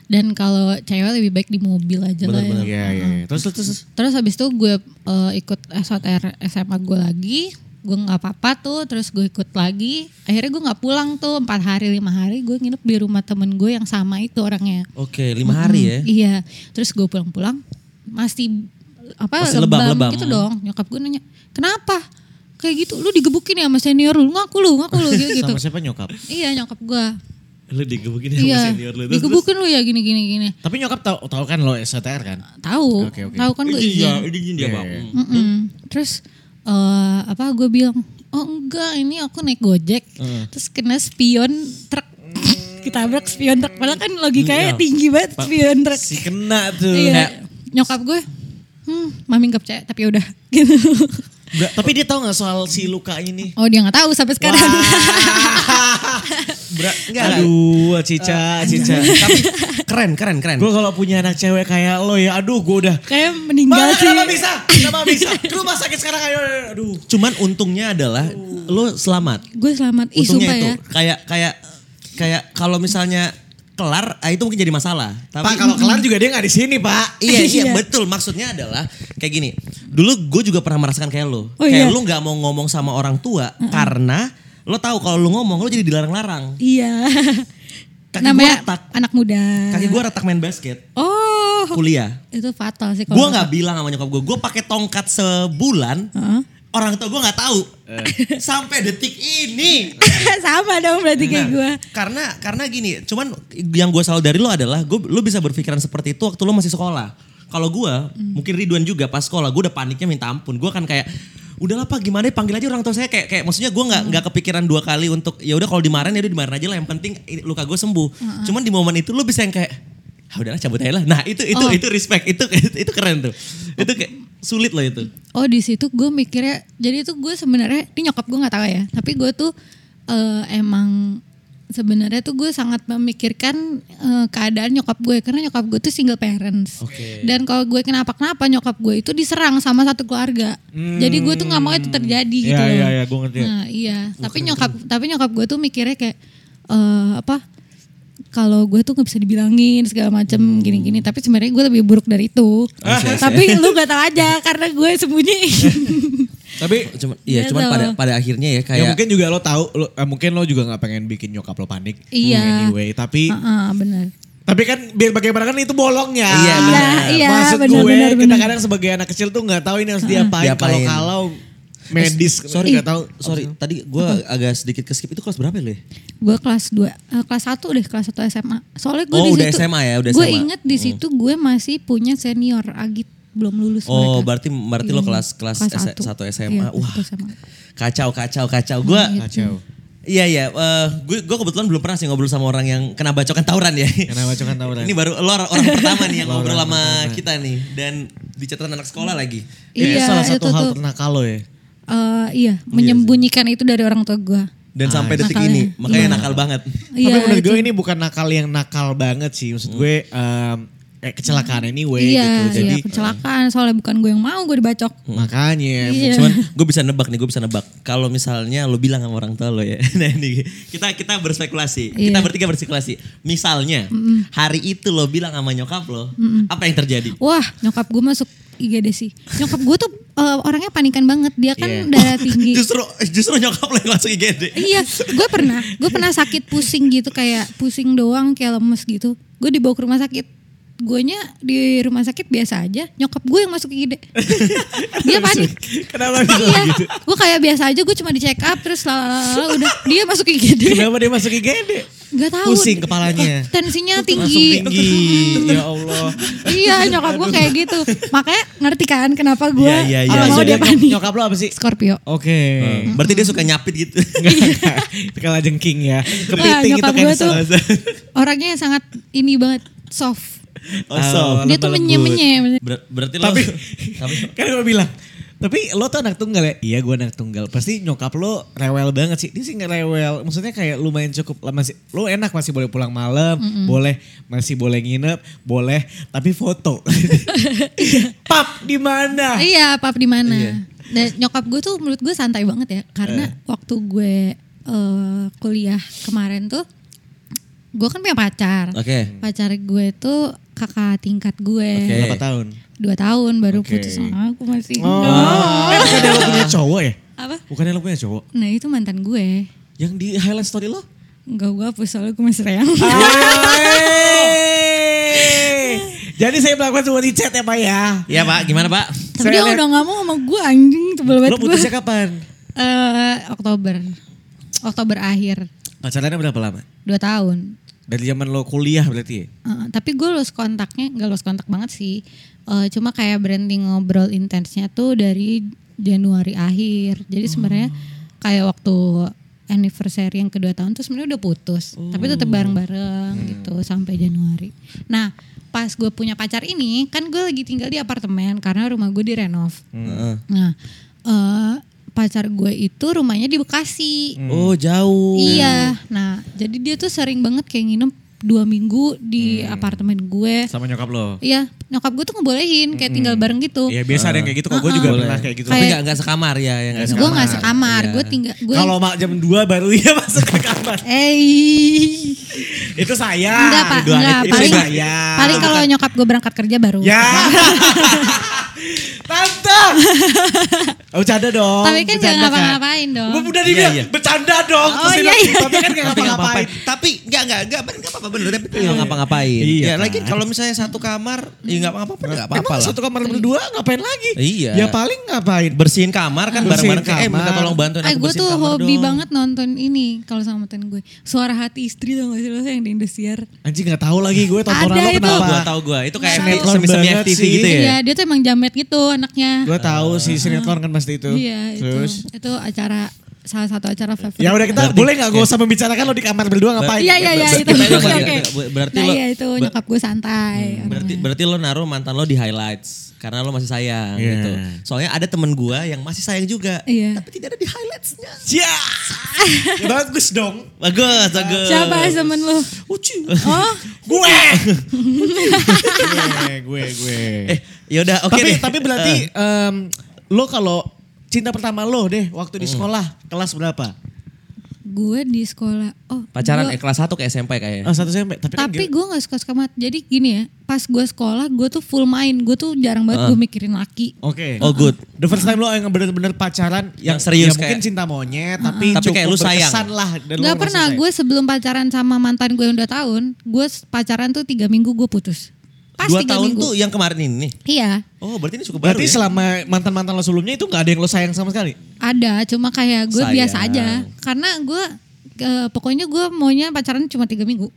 Dan kalau cewek lebih baik di mobil aja lah ya. Iya, iya. iya. Terus terus terus. Terus habis itu gue eh, ikut SOTR SMA gue lagi, gue nggak apa-apa tuh, terus gue ikut lagi. Akhirnya gue nggak pulang tuh empat hari lima hari, gue nginep di rumah temen gue yang sama itu orangnya. Oke, lima hari ya. Iya, terus gue pulang-pulang masih apa Masih lebam, lebam-lebam. gitu dong. Nyokap gue nanya, kenapa? Kayak gitu, lu digebukin ya sama senior lu, ngaku lu, ngaku lu gitu. gitu. Sama siapa nyokap? Iya nyokap gue, Lu digebukin iya digebukin lu ya gini gini gini. Tapi nyokap tahu tahu kan lo SOTR kan? Tahu, Oke, Iya. oke. tahu kan gue izin. ini dia, Bang. Mm-mm. Terus eh, apa gue bilang, oh enggak ini aku naik gojek. Terus kena spion truk. Ketabrak spion truk. Padahal kan logikanya tinggi banget spion truk. Si kena Iya. tuh. Iya. Nyokap gue, hmm mami gak percaya tapi udah gitu. Bra- Tapi dia tahu nggak soal si luka ini? Oh dia gak tahu sampai sekarang. Berat enggak. Aduh, Cica, Cica. Tapi keren keren keren. Gue kalau punya anak cewek kayak lo ya, aduh gue udah. Kayak meninggal Mama sih. kenapa bisa? Kenapa bisa? Ke rumah sakit sekarang ayo. Iya, Aduh. Cuman untungnya adalah lo selamat. Gue selamat. Ih Untungnya sumpah itu ya. kayak kayak kayak kalau misalnya kelar ah, itu mungkin jadi masalah. Tapi Pak kalau kelar juga dia nggak di sini pak. iya iya Iya. betul maksudnya adalah kayak gini. Dulu gue juga pernah merasakan kayak lo. Oh, kayak iya. lo nggak mau ngomong sama orang tua karena Lo tahu kalau lo ngomong lo jadi dilarang-larang. Iya. Kaki gua Namanya retak. anak muda. Kaki gue retak main basket. Eh. Oh, Kuliah. itu fatal sih Gue kalau. nggak bilang sama nyokap gue. Gue pakai tongkat sebulan. Heeh. Orang tua gue nggak tahu. Eh. Sampai detik Nah, ini. Sama dong berarti kayak gue. Nah, Karena karena gini, cuman yang gue selalu dari lo adalah gue lo bisa berpikiran seperti itu waktu lo masih sekolah. Kalau gue, Hmm. mungkin Ridwan juga pas sekolah, gue udah paniknya minta ampun. Gue kan kayak udahlah pak gimana ya panggil aja orang tua saya kayak kayak maksudnya gue Hmm. nggak nggak kepikiran dua kali untuk ya udah kalau dimarahin ya udah dimarahin aja lah yang penting i- luka gue sembuh cuman di momen itu lo bisa yang kayak ah, udahlah cabut aja lah nah itu itu Oh. itu respect itu itu, itu keren tuh itu kayak sulit loh itu Oh di situ gue mikirnya, jadi itu gue sebenarnya ini nyokap gue nggak tahu ya, tapi gue tuh eh, emang sebenarnya tuh gue sangat memikirkan eh, keadaan nyokap gue karena nyokap gue tuh single parents. Dan kalau gue kenapa-kenapa nyokap gue itu diserang sama satu keluarga, jadi gue tuh nggak mau itu terjadi gitu. loh. Hmm. Iya, iya, iya, gue ngerti. Nah, iya, tapi nyokap tapi nyokap gue tuh mikirnya kayak eh, apa? Kalau gue tuh nggak bisa dibilangin segala macem Hmm. gini-gini, tapi sebenarnya gue lebih buruk dari itu. Oh, iya, tapi lu gak tahu aja karena gue sembunyi. Tapi cuman iya Iya cuman tuh. pada pada akhirnya ya ya kayak mungkin juga lo tahu, lo, eh, mungkin lo juga nggak pengen bikin nyokap lo panik. Iya. Anyway, tapi Heeh, benar. tapi kan biar bagaimana kan itu bolongnya. Iya, benar. Iya, Maksud benar, gue benar, Ah. benar. kadang-kadang sebagai anak kecil tuh nggak tahu ini harus diapain. Diapain. Kalau kalau Eh, medis, sorry nggak tahu. sorry tadi gue agak sedikit keskip itu kelas berapa ya Le? Gue kelas 2, kelas 1 deh, kelas 1 SMA. Soalnya gue Oh, di udah situ. SMA ya, udah Gue SMA. inget di situ gue masih punya senior Agit belum lulus mereka. Oh, berarti berarti lo Iya, kelas kelas kelas S- satu. satu Iya, SMA. Oh, kelas Wah. satu SMA. Kacau kacau kacau. Gua Kacau. Iya iya, eh, gue gue kebetulan belum pernah sih ngobrol sama orang yang kena bacokan tawuran ya. Kena bacokan tawuran. Ini baru lo orang, orang pertama nih yang ngobrol sama kita nih dan di catatan anak sekolah lagi. Iya, Iya, salah satu itu hal tuh. ternak lo ya. Oh, Eh, iya, menyembunyikan itu dari orang tua gue. Nah, Dan sampai detik Nakalnya. ini, makanya nakal banget. Iya, Tapi menurut gue ini bukan nakal yang nakal banget sih. Maksud Hmm. gue em, eh, kecelakaan anyway gitu. Iya, Jadi iya, kecelakaan soalnya bukan gue yang mau gue dibacok. makanya Iya. Cuman gue bisa nebak nih, gue bisa nebak. Kalau misalnya lo bilang sama orang tua lo ya, nah ini kita kita berspekulasi, kita Iya. bertiga berspekulasi. Misalnya hari itu lo bilang sama nyokap lo, apa yang terjadi? Wah, nyokap gue masuk IGD sih. Nyokap gue tuh eh, orangnya panikan banget. Dia kan Iya. darah tinggi. Justru justru nyokap lo yang langsung IGD. Iya, gue pernah, gue pernah sakit pusing gitu kayak pusing doang kayak lemes gitu. Gue dibawa ke rumah sakit. Guanya di rumah sakit biasa aja. Nyokap gue yang masuk IGD. dia panik. Kenapa bisa gitu? Iya, gue kayak biasa aja. Gue cuma di check up terus lalalala, udah dia masuk IGD. Kenapa dia masuk IGD? Gak tahu. Pusing kepalanya. Tensinya Langsung tinggi. tinggi. ya Allah. Iya, nyokap gue kayak gitu. Makanya ngerti kan kenapa gue Iya, iya, kalau iya. mau dia Maksudnya panik. Nyokap lo apa sih? Hmm. Scorpio. Oke. Hmm. Berarti dia suka nyapit gitu. Enggak, enggak. Itu kalah jengking ya. Wah, Kepiting itu Iya. Nah, nyokap kayak gue tuh salah- orangnya sangat ini banget soft. Awesome. Dia tuh menye-menye. Ber- berarti Tapi, lo tapi kan gue bilang, tapi lo tuh anak tunggal ya? Iya gue anak tunggal. Pasti nyokap lo rewel banget sih. Dia sih nggak rewel. Maksudnya kayak lumayan cukup. lah Masih, lo enak masih boleh pulang malam. Boleh, masih boleh nginep. Boleh, tapi foto. Pap, di mana? Iya, pap di mana? Dan nyokap gue tuh menurut gue santai banget ya, karena waktu gue eh, kuliah kemarin tuh, gue kan punya pacar. Oke. Pacar gue tuh kakak tingkat gue, Oke. Berapa tahun? dua tahun baru Oke. putus sama aku masih. Eh, bukannya lo punya cowok ya? Apa? Bukannya lo punya cowok? Nah itu mantan gue. Yang di highlight story lo? Enggak gue hapus soalnya gue masih sayang. Ah, Yeay. Jadi saya melakukan semua di chat ya Pak ya. ya Pak, gimana Pak? Tapi Saya dia lihat- udah gak mau sama gue anjing tebel banget Lo gue. putusnya kapan? Eh, Oktober. Oktober akhir. Pacarannya berapa lama? Dua tahun. Dari zaman lo kuliah berarti ya? Uh, tapi gue los kontaknya nggak los kontak banget sih Uh, cuma kayak branding ngobrol intensnya tuh dari Januari akhir jadi sebenarnya kayak waktu anniversary yang kedua tahun tuh sebenarnya udah putus tapi tetap bareng-bareng gitu sampai Januari nah pas gue punya pacar ini kan gue lagi tinggal di apartemen karena rumah gue direnov nah eh, pacar gue itu rumahnya di Bekasi Oh, jauh. Iya, nah jadi dia tuh sering banget kayak nginep dua minggu di apartemen gue. Sama nyokap lo? Iya, nyokap gue tuh ngebolehin kayak tinggal bareng gitu. Iya biasa ada yang kayak gitu kok. Gue juga pernah kayak gitu. Tapi Kayak- nggak nggak sekamar ya, ya nggak gue nggak sekamar. sekamar, Iya. gue tinggal gue. Kalau mak jam 2 baru ya masuk ke kamar. Eh, Itu saya. enggak pak, Ah, Dua- enggak itu Ya, paling saya. paling kalau nyokap gue berangkat kerja baru. Ya. Tante. Oh, bercanda dong. Tapi kan jangan bercanda, Kak. ngapa-ngapain dong. Gua udah dibilang Iya, iya. bercanda dong. Oh, Terus dia iya, bilang, iya. Tapi kan nggak Tapi nggak ngapa-ngapain. apa-apa. Tapi nggak nggak nggak bener nggak apa-apa bener. Tapi kan nggak ngapa-ngapain. Iya, ya, lagi kan. kalau misalnya satu kamar, ya nggak apa-apa, nggak apa-apa Emang lah. satu kamar berdua ngapain lagi? Iya. Ya paling ngapain? Bersihin kamar kan Bersihin bareng-bareng. kayak, Eh minta kamar. tolong bantuin Eh aku gue bersihin tuh kamar hobi dong. banget nonton ini kalau sama mantan gue. Suara hati istri tau gak sih lo yang di Indosiar. Anjing nggak tahu lagi gue tontonan Ada lo itu. Tahu kenapa? gue tahu gue. Itu kayak Sinetron semi semi banget FTV sih. gitu ya. Iya dia tuh emang jamet gitu anaknya. Gue tahu si sinetron kan pasti itu. Iya itu. Terus Itu acara salah satu acara favorit. Ya udah kita Berarti- boleh nggak gue usah membicarakan lo di kamar berdua ngapain? Iya iya iya Berarti- itu. berarti- Oke, berarti- oke. berarti Nah lo- iya itu ber- nyokap gue santai. Berarti berarti lo naruh mantan lo di highlights karena lo masih sayang Iya. gitu. Soalnya ada temen gua yang masih sayang juga, Iya. tapi tidak ada di highlightsnya. Ya. Bagus dong. Bagus, bagus. Siapa temen lu? Ucu. Oh gue. gue gue. Eh, yaudah oke tapi deh. tapi berarti em, lo kalau cinta pertama lo deh waktu di sekolah kelas berapa? gue di sekolah. Oh pacaran gua- eh, kelas 1 ke SMP kayaknya. Oh, satu SMP. Tapi, kan Tapi gila. gue gak suka suka banget. Jadi gini ya, pas gue sekolah gue tuh full main. Gue tuh jarang banget gue mikirin laki. Oke. Oh, good. The first time lo yang bener-bener pacaran yang, Yang serius ya mungkin kayak- cinta monyet tapi Tapi kayak cukup lu sayang. berkesan lah dan lo Gak merasa pernah, sayang. gue sebelum pacaran sama mantan gue yang dua tahun, gue s- pacaran tuh tiga minggu gue putus. Pas Dua tiga tahun minggu. tuh yang kemarin ini. Iya, Oh, berarti ini cukup Berarti baru ya? selama mantan-mantan lo sebelumnya itu nggak ada yang lo sayang sama sekali? ada, cuma kayak gue Sayang. biasa aja. Karena gue, eh, pokoknya gue maunya pacaran cuma tiga minggu.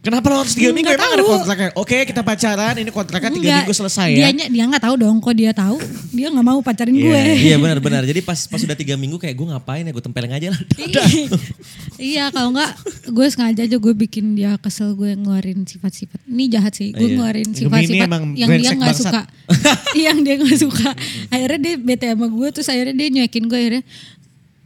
Kenapa lo harus tiga Nggak minggu? Emang ada tahu. kontraknya? Oke kita pacaran, ini kontraknya tiga Nggak, minggu selesai ya. Dianya, dia gak tahu dong, kok dia tahu, dia gak mau pacarin gue. Iya benar-benar. Jadi pas pas udah tiga minggu kayak gue ngapain ya gue tempeleng aja lah. iya kalau enggak gue sengaja aja gue bikin dia kesel gue ngeluarin sifat-sifat ini jahat sih gue Iya. ngeluarin Ini sifat-sifat emang yang dia brengsek nggak bangsat. suka Iya, yang dia nggak suka akhirnya dia bete sama gue terus akhirnya dia nyuekin gue akhirnya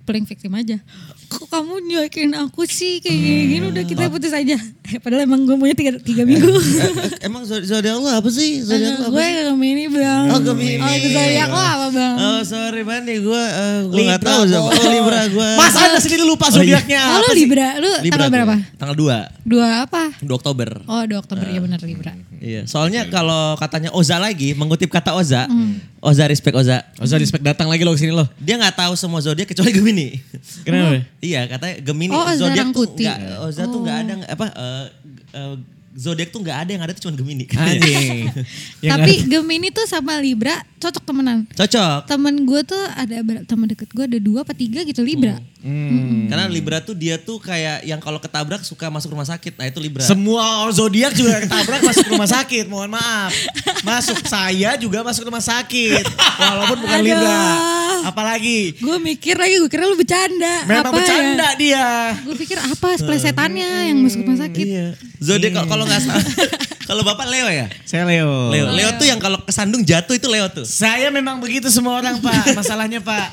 paling victim aja kok kamu nyuekin aku sih kayak gini, gini udah kita putus aja Eh, padahal emang gue maunya tiga, tiga minggu Emang zodiak lo apa sih? Zodiak lo apa gue sih? Gemini bang Oh, Gemini. oh itu zodiak lo apa bang Oh sorry man nih gue eh, gue Libra, nggak tahu siapa. Bo. Oh Libra iya. gue. Mas Anda sendiri lupa zodiaknya. oh lu apa sih? Libra lu tanggal gue. berapa Tanggal 2. dua apa 2 Oktober. Oh, 2 Oktober ya benar Libra. Iya. Soalnya kalau katanya Oza lagi mengutip kata Oza, Hmm. Oza respect Oza. Gak usah respect datang lagi lo kesini lo. Dia nggak tahu semua zodiak kecuali Gemini. Kenapa? iya, katanya Gemini Oh, Oza Oh. zodiak tuh Rangkuti. nggak- eh, Oza tuh nggak ada apa eh, eh, zodiak tuh nggak ada yang ada tuh cuma Gemini. Ah, iya, Anjing. Yang Tapi Gemini tuh sama Libra cocok temenan. Cocok. Temen gue tuh ada ber- temen deket gue ada dua apa tiga gitu Libra. Hmm. Karena Libra tuh dia tuh kayak yang kalau ketabrak suka masuk rumah sakit. Nah itu Libra. Semua zodiak juga ketabrak masuk rumah sakit, mohon maaf. Masuk saya juga masuk rumah sakit, walaupun bukan Aduh. Libra. Apalagi Gue mikir lagi gue kira lu bercanda. memang apa bercanda Ya? dia. Gue pikir apa seplesetannya yang masuk rumah sakit. Iya. Zodiak kalau- kalau nggak salah. kalau bapak Leo ya. Saya Leo. Leo. Leo tuh yang kalau kesandung jatuh itu Leo tuh. Saya memang begitu semua orang pak, masalahnya pak.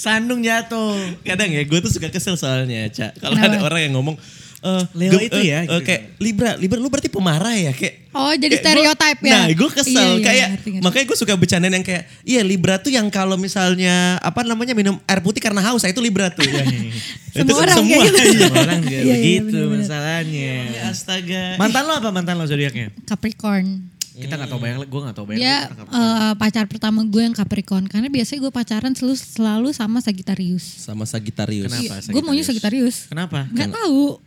Sandung jatuh. Kadang ya gue tuh suka kesel soalnya Ca. Kalau Kenapa? ada orang yang ngomong. eh, Leo Gem- itu eh, ya, eh, gitu. kayak Libra, Libra lu berarti pemarah ya kayak. Oh jadi kayak gua- stereotype ya. Nah gue kesel Iya, iya, kayak ngerti, ngerti. makanya gue suka bercandaan yang kayak iya Libra tuh yang kalau misalnya apa namanya minum air putih karena haus nah, itu Libra tuh. Iya, Ya. Semua orang semua. kayak gitu. iya. Semua orang dia Iya, iya, begitu benar-benar. masalahnya. Ya, Astaga. Mantan lo apa mantan lo zodiaknya? Capricorn. Kita nggak tahu banyak, gue nggak tahu banyak. Dia eh, pacar pertama gue yang Capricorn karena biasanya gue pacaran selalu selalu sama Sagittarius. Sama Sagittarius. Kenapa? Apa Gue maunya Sagittarius. Kenapa? Nggak tahu.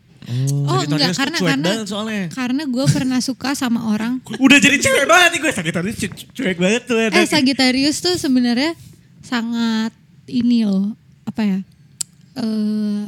Oh, enggak Sagittarius tuh karena cuek karena banget soalnya. karena gue pernah suka sama orang. Udah jadi cewek banget nih gue Sagitarius cu- cu- cuek banget tuh. Eh Sagittarius tuh sebenarnya sangat ini loh apa ya? eh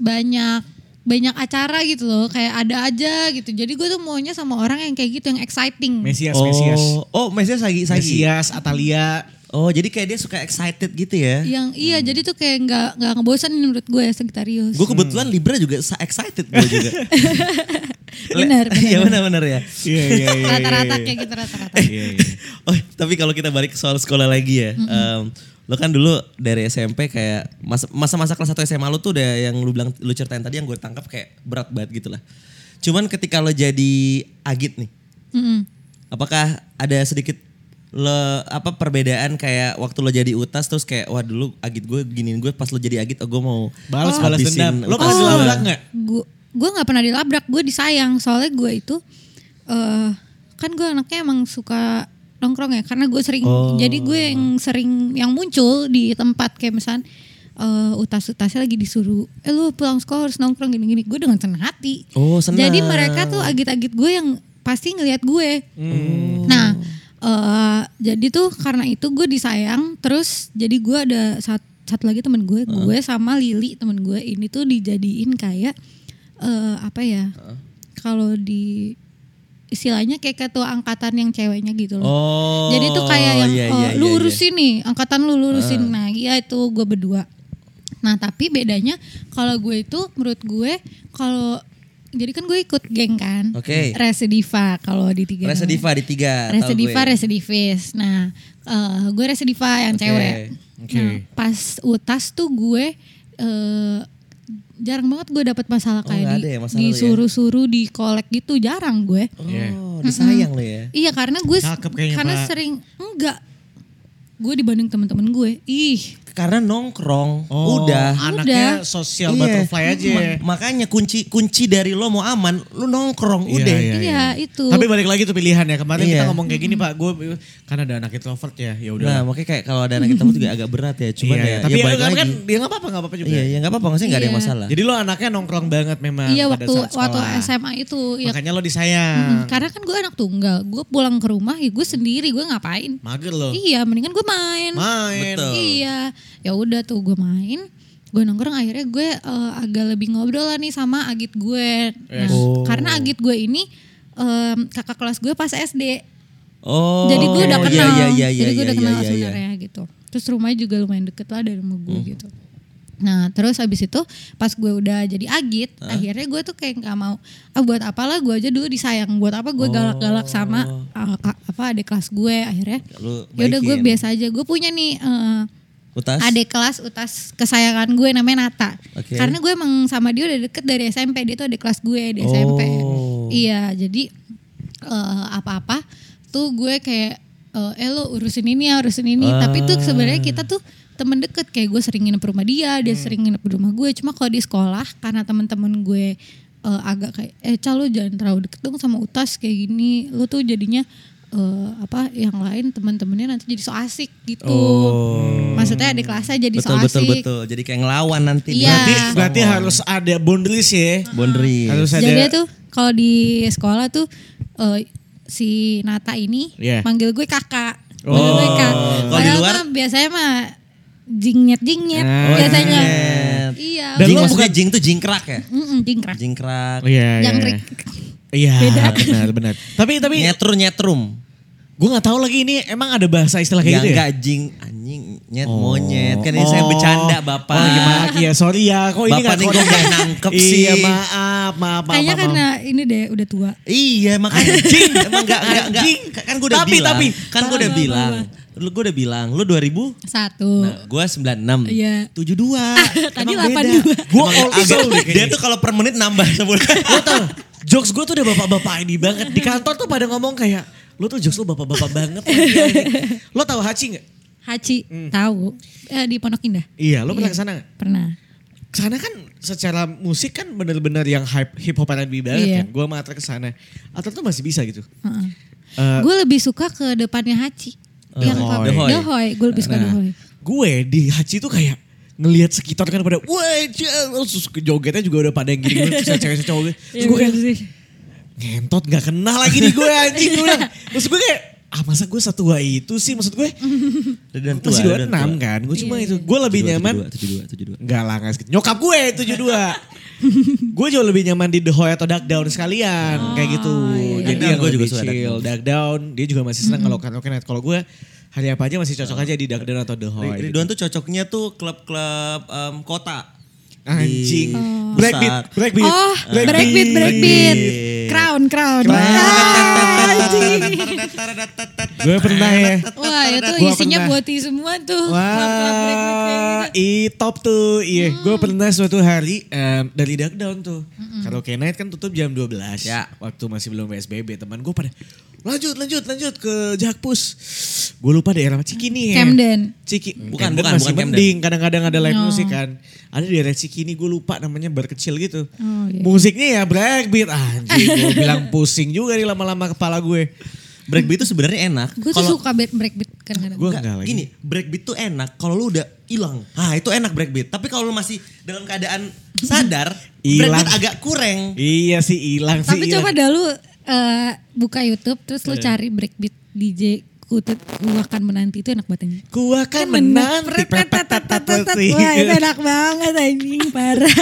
banyak banyak acara gitu loh kayak ada aja gitu. Jadi gue tuh maunya sama orang yang kayak gitu yang exciting. Mesias, Oh, Mesias. oh Mesias Sagi, Sagi. Mesias, Atalia. Oh, jadi kayak dia suka excited gitu ya. Yang iya jadi tuh kayak nggak nggak ngebosanin menurut gue ya Sagittarius. Gue kebetulan Libra juga sa- excited gue juga. Le- Benar, benar, Iya benar-benar ya. Iya, iya, Rata-rata kayak gitu rata-rata. Oh, tapi kalau kita balik ke soal sekolah lagi ya. em, lo kan dulu dari SMP kayak mas- masa-masa kelas 1 SMA lo tuh udah yang lu bilang lu ceritain tadi yang gue tangkap kayak berat banget gitu lah. Cuman ketika lo jadi agit nih, Mm-mm. apakah ada sedikit lo apa perbedaan kayak waktu lo jadi utas terus kayak wah dulu agit gue giniin gue pas lo jadi agit oh gue mau Balas balas habisin dendam. Lo utas pernah gue. dilabrak nggak? gue gue nggak pernah dilabrak gue disayang soalnya gue itu eh kan gue anaknya emang suka nongkrong ya karena gue sering Oh. jadi gue yang sering yang muncul di tempat kayak misalnya eh, utas-utasnya lagi disuruh eh lu pulang sekolah harus nongkrong gini-gini gue dengan senang hati Oh, senang. jadi mereka tuh agit-agit gue yang pasti ngelihat gue nah eh, jadi tuh karena itu gue disayang terus jadi gue ada sat- satu lagi temen gue gue sama Lili temen gue ini tuh dijadiin kayak eh, apa ya kalau di istilahnya kayak ketua angkatan yang ceweknya gitu loh Oh. jadi tuh kayak yang iya, oh, iya, lu iya, Ah. iya. urusin nih, angkatan lu lurusin. Nah, iya itu gue berdua. Nah, tapi bedanya kalau gue itu menurut gue kalau jadi kan gue ikut geng kan. Oke. Residiva kalau di tiga. namanya. Residiva iya. di tiga, tahu Residiva, gue. residivis. Nah, eh, gue residiva yang Oke. cewek. Oke. Nah, pas utas tuh gue eh, jarang banget gue dapet masalah Oh, kayak nggak di- ada ya masalah lu ya? disuruh-suruh di kolek gitu jarang gue. Iya. Oh, disayang lo ya. Iya karena gue s- Cakep kayaknya, karena Pak. sering enggak gue dibanding teman-teman gue. Ih, Karena nongkrong, Oh, udah. Anaknya sosial Iya. butterfly aja. Ma- makanya kunci kunci dari lo mau aman, lu nongkrong, Iya, udah. iya. iya itu. Tapi balik lagi tuh pilihan ya. Kemarin kita Iya. ngomong kayak gini Pak, gue karena ada anak introvert ya, ya udah. Nah, makanya kayak kalau ada anak ketemu juga agak berat ya. Cuman Iya, ya, tapi ya ya, balik kan, lagi. kan dia nggak apa-apa, nggak apa-apa juga. iya, iya nggak apa-apa, maksudnya nggak ada Iya. masalah. Jadi lo anaknya nongkrong banget memang. iya pada waktu saat waktu sekolah. SMA itu ya Makanya lo disayang. karena kan gue anak tunggal. Gue pulang ke rumah ya gue sendiri, gue ngapain? Mager lo. Iya, mendingan gue main. Main. Betul. Iya. Ya udah tuh gue main. Gue nongkrong akhirnya gue eh, agak lebih ngobrol lah nih sama agit gue. Nah, Oh. karena agit gue ini em, kakak kelas gue pas SD. Oh. jadi gue udah iya, kenal, Iya, iya, iya, jadi gue udah iya, kenal iya, iya. Hmm. sebenarnya gitu. Terus rumahnya juga lumayan deket lah dari rumah gue gitu. Nah terus habis itu pas gue udah jadi agit, akhirnya gue tuh kayak nggak mau, ah buat apalah gue aja dulu disayang, buat apa gue galak-galak sama ah, ka- apa adik kelas gue akhirnya. Oh. Lu Ya udah gue baikin. biasa aja, gue punya nih eh, Utas. adik kelas utas kesayangan gue namanya Nata. Oke. Karena gue emang sama dia udah deket dari SMP, dia tuh adik kelas gue di SMP. Oh. Iya, jadi eh, apa-apa tuh gue kayak eh, eh lo urusin ini ya, urusin ini. Tapi Ah. tuh sebenarnya kita tuh temen deket kayak gue sering nginep rumah dia, Hmm. dia sering nginep di rumah gue. Cuma kalau di sekolah karena temen-temen gue eh, agak kayak eh Cal lo jangan terlalu deket dong sama utas kayak gini. Lo tuh jadinya eh, apa yang lain temen-temennya nanti jadi so asik gitu. Maksudnya di kelasnya jadi so Oh. Betul, betul, asik. betul. Jadi kayak ngelawan nanti. Iya. Berarti, Ah. berarti harus ada boundaries ya. Boundary. Harus ada. Jadi tuh kalau di sekolah tuh eh, si Nata ini Iya. Oh, manggil gue kakak. Manggil gue kak. Kalau di Padahal luar? mah biasanya mah jingnyet-jingnyet Ah, biasanya. jingnyet. Iya. Dan Jing- lo bukan jing tuh jingkrak ya? Mm-mm, jingkrak. Jingkrak. Oh, iya, iya, Jangkrik. Iya, benar, benar. Tapi tapi Nyetrum, nyetrum. gue nggak tahu lagi ini emang ada bahasa istilah kayak yang gitu ya. gak jing anjing nyet monyet kan Oh. ini saya bercanda bapak Oh, gimana? Iya, sorry ya. Kok ini Bapak nggak nih konek? gua nggak nangkep sih. Iya, maaf, maaf, maaf. Kayaknya kan maaf, karena ini deh udah tua. iya makanya Anjing. emang gak, gak, gak. Anjing. kan gue udah Tapi, bilang tapi. kan gue udah Parah, bilang lu gue udah bilang lu 2000 Satu. Nah, gue 96. Oh. Iya. 72. Tadi Emang beda. 82. Gua Emang old soul agak- deh kayaknya. Dia tuh kalau per menit nambah sebulan. Lo tau, jokes gue tuh udah bapak-bapak ini banget. Di kantor tuh pada ngomong kayak, lo tuh jokes lo bapak-bapak banget. lagi, anjing." lo tau Haci gak? Haci tahu Eh, di Pondok Indah. Iya, lo pernah kesana gak? Pernah. Kesana kan secara musik kan bener-bener yang hype, hip hop R&B banget Iya. kan. Gue sama Atra kesana. Atra tuh masih bisa gitu. Heeh. Eh, gue lebih suka ke depannya Haci. yang Dehoy. Dehoy. Dehoy. Gue lebih suka Nah, Dehoy. gue di Haji tuh kayak ngelihat sekitar kan pada wah jel." terus ke jogetnya juga udah pada yang gini terus ada cewek-cewek cowok gitu. terus Iya, gue kayak bener sih. ngentot nggak kenal lagi nih gue anjing gue bilang. terus gue kayak ah masa gue setua itu sih maksud gue Dan masih dua enam kan gue cuma Iya, itu gue lebih nyaman 72, 72. Enggak lah, nggak segitu. Nyokap gue 72. gue jauh lebih nyaman di The Hoy atau Duck Down sekalian. Oh, kayak gitu. iya, Jadi Duck Down yang gue gue juga juga suka Duck chill. Down. Duck Down, dia juga masih senang kalau kan rocknet. Kalau gue hari apa aja masih Oh. cocok aja di Duck Down atau The gitu. Hoy. Rid- Ridwan tuh cocoknya tuh klub-klub em, kota. Anjing. Di Breakbeat, pusat. breakbeat. Oh, breakbeat, breakbeat. Crown, crown. Ah, Gue pernah ya. Wah, itu Gua isinya pernah. buati semua tuh. Lap-lap break-break kayak Wah, i top tuh. Iya, gue pernah suatu hari em, dari Duck Down tuh. Kalau Karaoke night kan tutup jam 12. Ya. Waktu masih belum PSBB, teman gue pada lanjut lanjut lanjut ke Jakpus. Gue lupa daerah apa, Cikini ya. Camden. Ciki, Bukan, Camden bukan, masih bukan Camden. mending. Kadang-kadang ada live musik kan. Ada di daerah Cikini gue lupa namanya bar kecil gitu. Oh, iya. Musiknya ya breakbeat anjing. Gue bilang pusing juga nih lama-lama kepala gue. breakbeat itu sebenarnya enak. Gue tuh Kalau suka break breakbeat kadang-kadang. Gua- Enggak, enggak lagi. Gini, breakbeat tuh enak kalau lu udah hilang. Ah, itu enak breakbeat. Tapi kalau lu masih dalam keadaan sadar, Hilang. breakbeat agak kurang. Iya sih hilang sih. Tapi hilang. coba dah lu eh, buka YouTube terus lu cari breakbeat DJ Kutut Ku akan menanti itu enak banget anjing. Ku akan menanti. Kan Wah itu enak banget anjing parah.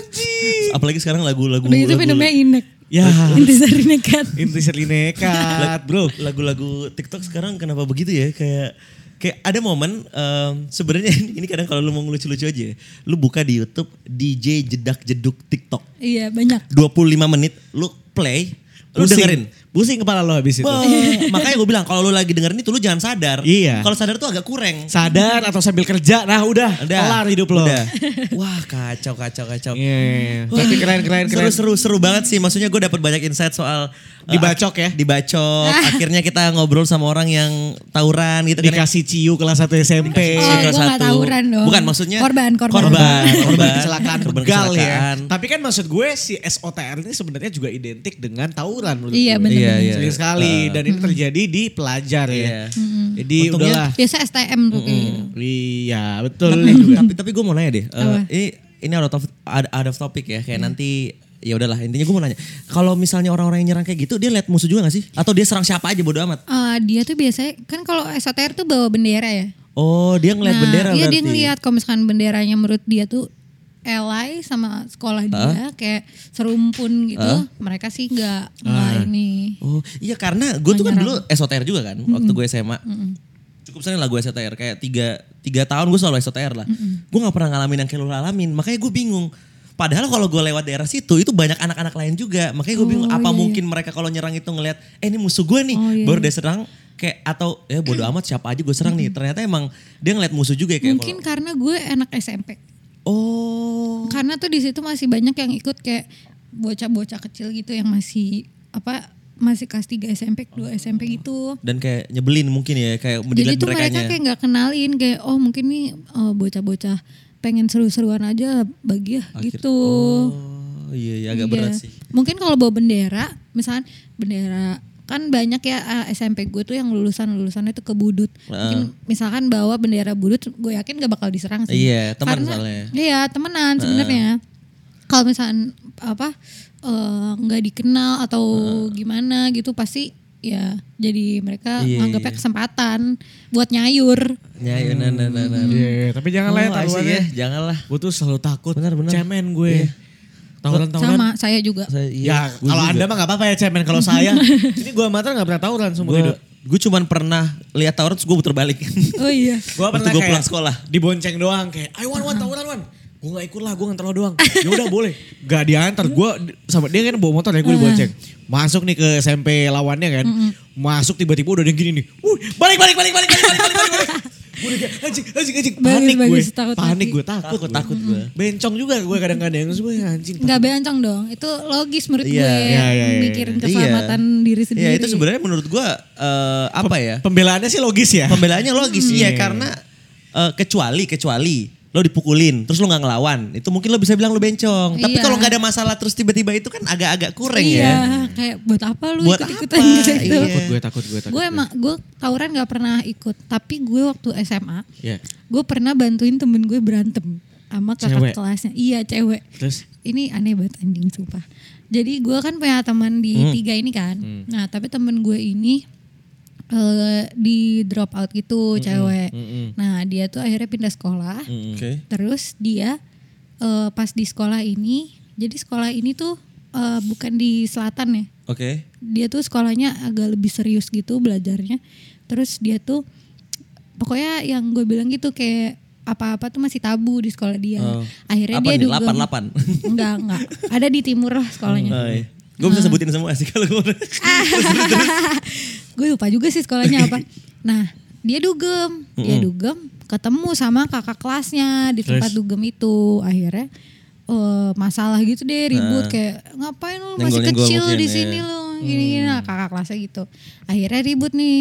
Aji. Apalagi sekarang lagu-lagu Udah gitu itu lagu- filmnya inek. Ya. Intisari kan. nekat. Intisari nekat bro. lagu-lagu TikTok sekarang kenapa begitu ya? Kayak kayak ada momen em, sebenarnya ini kadang kalau lu mau lucu-lucu aja, ya, lu buka di YouTube DJ jedak-jeduk TikTok. Iya banyak. 25 menit lu play, lu Pusing. dengerin. Pusing kepala lo habis itu. Gitu. Wah, makanya gue bilang kalau lu lagi dengerin itu lu jangan sadar. Iya. Kalau sadar tuh agak kurang. Sadar atau sambil kerja. Nah udah. Udah. Kelar hidup lo. Udah. Wah kacau kacau kacau. Iya, iya, iya. Tapi keren keren keren. Seru seru seru banget sih. Maksudnya gue dapat banyak insight soal eh, Dibacok ya? Dibacok. Akhirnya kita ngobrol sama orang yang tawuran gitu kan. Dikasih ciu kelas 1 SMP. Oh, Kelas gua nggak satu. tawuran dong. Bukan maksudnya Korban, korban. korban, korban kecelakaan korban begal kecelakaan. ya. Tapi kan maksud gue si SOTR ini sebenarnya juga identik dengan tawuran menurut Iya, gue. benar, Iya, benar. iya. Sering sekali dan ini terjadi di pelajar Iya. ya. Jadi Untungnya- udahlah. Biasa STM tuh kayak gitu. Iya, betul. Tapi, tapi tapi gue mau nanya deh. eh, Apa? Hmm. ini ini out of out out of topic ya. Kayak nanti ya udahlah intinya gue mau nanya. Kalau misalnya orang-orang yang nyerang kayak gitu dia lihat musuh juga gak sih? Atau dia serang siapa aja bodo amat? Eh, dia tuh biasanya kan kalau SOTR tuh bawa bendera ya. Oh, dia ngeliat bendera Iya berarti. dia ngelihat kalau misalkan benderanya menurut dia tuh ally sama sekolah dia kayak serumpun gitu. Mereka sih nggak Ah. nggak ini. Oh iya karena gue tuh kan dulu SOTR juga kan waktu gue SMA. Cukup sering lah gue SOTR kayak tiga, tiga tahun gue selalu SOTR lah. Gue nggak pernah ngalamin yang kayak lu alamin makanya gue bingung. Padahal kalau gue lewat daerah situ itu banyak anak-anak lain juga. Makanya gue Oh, bingung iya, apa mungkin mereka kalau nyerang itu ngelihat eh ini musuh gue nih baru dia serang kayak atau ya bodo amat siapa aja gue serang nih. Ternyata emang dia ngeliat musuh juga ya kayak Mungkin karena gue anak SMP. kalau- oh Karena tuh di situ masih banyak yang ikut kayak bocah-bocah kecil gitu yang masih apa masih kelas 3 SMP, 2 SMP gitu. dan kayak nyebelin mungkin ya Jadi kayak mendilat tuh mereka merekanya. kayak gitu. nggak kenalin kayak oh mungkin nih eh, bocah-bocah pengen seru-seruan aja bagi ya gitu. Oh iya iya agak Iya. berat sih. Mungkin kalau bawa bendera, misalkan bendera kan banyak ya ah, SMP gue tuh yang lulusan lulusannya tuh ke Budut. Ah. Mungkin misalkan bawa bendera Budut, gue yakin gak bakal diserang sih. Iya, teman Karena- soalnya. Ah. Iya temenan sebenarnya. Kalau misalkan apa eh, nggak dikenal atau Ah. gimana gitu pasti ya jadi mereka Iya, nganggapnya kesempatan buat nyayur. Ya, ya, nah, nah, nah, nah. Iya, tapi jangan lah ya Oh, I see, taruhannya. ya, janganlah. Gue tuh selalu takut Benar, Iya. benar. cemen gue. Tawuran-tawuran. Sama saya Iya, juga. Saya, iya. Ya, kalau Anda mah gak apa-apa ya cemen kalau saya. ini gue matra gak pernah tawuran gitu. seumur gue hidup. gue cuman pernah lihat tawuran terus gue puter balik. Oh iya. Gue Waktu pernah gua kayak pulang sekolah. dibonceng doang kayak, ayo wan wan tawuran wan. Gue gak ikut lah, gue nganter lo doang. ya udah boleh. Gak diantar, gue sama dia kan bawa motor ya gue dibonceng. Masuk nih ke SMP lawannya kan. Masuk tiba-tiba udah ada yang gini nih. Wuh, balik balik balik balik balik balik balik. balik. Gue udah kayak anjing anjing anjing. Bagus, Panik gue. bagus, takut Panik lagi. gue takut. Takut, takut gue. Bencong juga gue kadang-kadang. Sebenernya anjing. Nggak bencong dong, itu logis menurut Iya, gue iya, iya, iya. mikirin keselamatan diri sendiri. ya itu sebenarnya menurut gue eh, apa ya? Pembelaannya sih logis ya. Pembelaannya logis Hmm. iya karena eh, kecuali kecuali lo dipukulin terus lo nggak ngelawan itu mungkin lo bisa bilang lo bencong tapi Iya. kalau nggak ada masalah terus tiba-tiba itu kan agak-agak kurang iya, ya kayak buat apa lu Buat ikut-ikutan apa? gitu. Iya. Takut gue, takut gue, takut Gue emang gue tawuran nggak pernah ikut, tapi gue waktu SMA, Iya. gue pernah bantuin temen gue berantem sama kakak Cewek? kelasnya. Iya cewek. Terus? Ini aneh banget anjing sumpah. Jadi gue kan punya teman di tiga ini kan. Nah tapi temen gue ini eh, di drop out gitu cewek. Nah dia tuh akhirnya pindah sekolah. Terus dia eh, pas di sekolah ini, jadi sekolah ini tuh eh, bukan di selatan ya. oke Dia tuh sekolahnya agak lebih serius gitu belajarnya. Terus dia tuh pokoknya yang gue bilang gitu kayak apa-apa tuh masih tabu di sekolah dia. Akhirnya Oh. dia Apa nih, dugem. lapan, lapan? Enggak, enggak. Ada di timur lah sekolahnya. Oh. gue iya. bisa sebutin semua sih kalau gue gue lupa juga sih sekolahnya apa. Nah, dia dugem, dia dugem, ketemu sama kakak kelasnya di tempat dugem itu. Akhirnya eh, masalah gitu deh ribut kayak ngapain lu masih Nyenggol-nyenggol kecil Nah. mungkin, di ya. Hmm. sini lu gini-gini Nah, kakak kelasnya gitu. Akhirnya ribut nih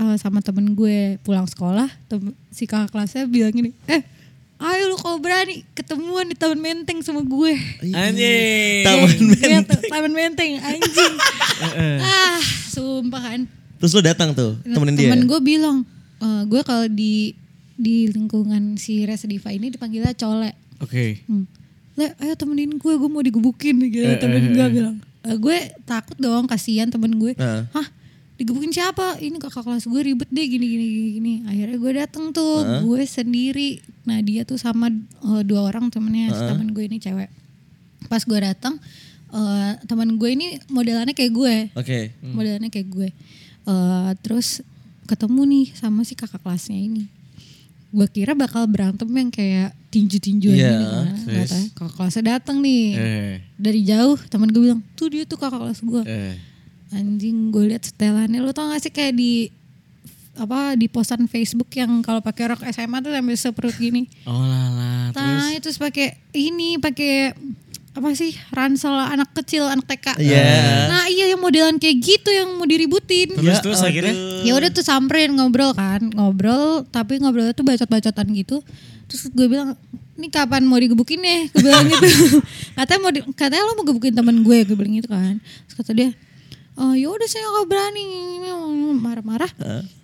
eh, sama temen gue pulang sekolah, tem- si kakak kelasnya bilang gini, "Eh, ayo lu kalau berani ketemuan di Taman Menteng sama gue." Anjing. Iya, Taman Menteng. Taman Menteng anjing. ah, sumpah sumpah kan. Terus lo datang tuh temenin dia. ya? Temen gue bilang, "Eh, gue kalau di di lingkungan si Residiva ini dipanggilnya cole. Oke. Hmm. Le, ayo temenin gue, gue mau digebukin gitu. temen gue bilang, "Eh, Nah. gue takut dong, kasihan temen gue. Heeh. Hah, digebukin siapa? Ini kakak kelas gue ribet deh gini gini gini. gini." Akhirnya gue dateng tuh, gue sendiri. Nah dia tuh sama eh, dua orang temennya, si temen gue ini cewek. Pas gue datang, eh, temen gue ini modelannya kayak gue Oke. modelannya kayak gue Eh, terus ketemu nih sama si kakak kelasnya ini gue kira bakal berantem yang kayak tinju-tinjuan Iya, gini kan. Ternyata kakak kelasnya datang nih Eh. dari jauh teman gue bilang tuh dia tuh kakak kelas gue Eh. anjing gue lihat setelannya lo tau gak sih kayak di apa di postan Facebook yang kalau pakai rok SMA tuh sambil seperut gini Oh lala. Nah, terus pakai ini pakai apa sih ransel anak kecil anak TK. Iya. Nah iya yang modelan kayak gitu yang mau diributin. Terus terus akhirnya Ya udah tuh samperin ngobrol kan, ngobrol tapi ngobrolnya tuh bacot-bacotan gitu. Terus gue bilang, "Ini kapan mau digebukin ya?" Gue bilang gitu. katanya mau di- katanya lo mau gebukin temen gue, gue bilang gitu kan. Terus kata dia, "Oh, ya udah saya nggak berani." Marah-marah.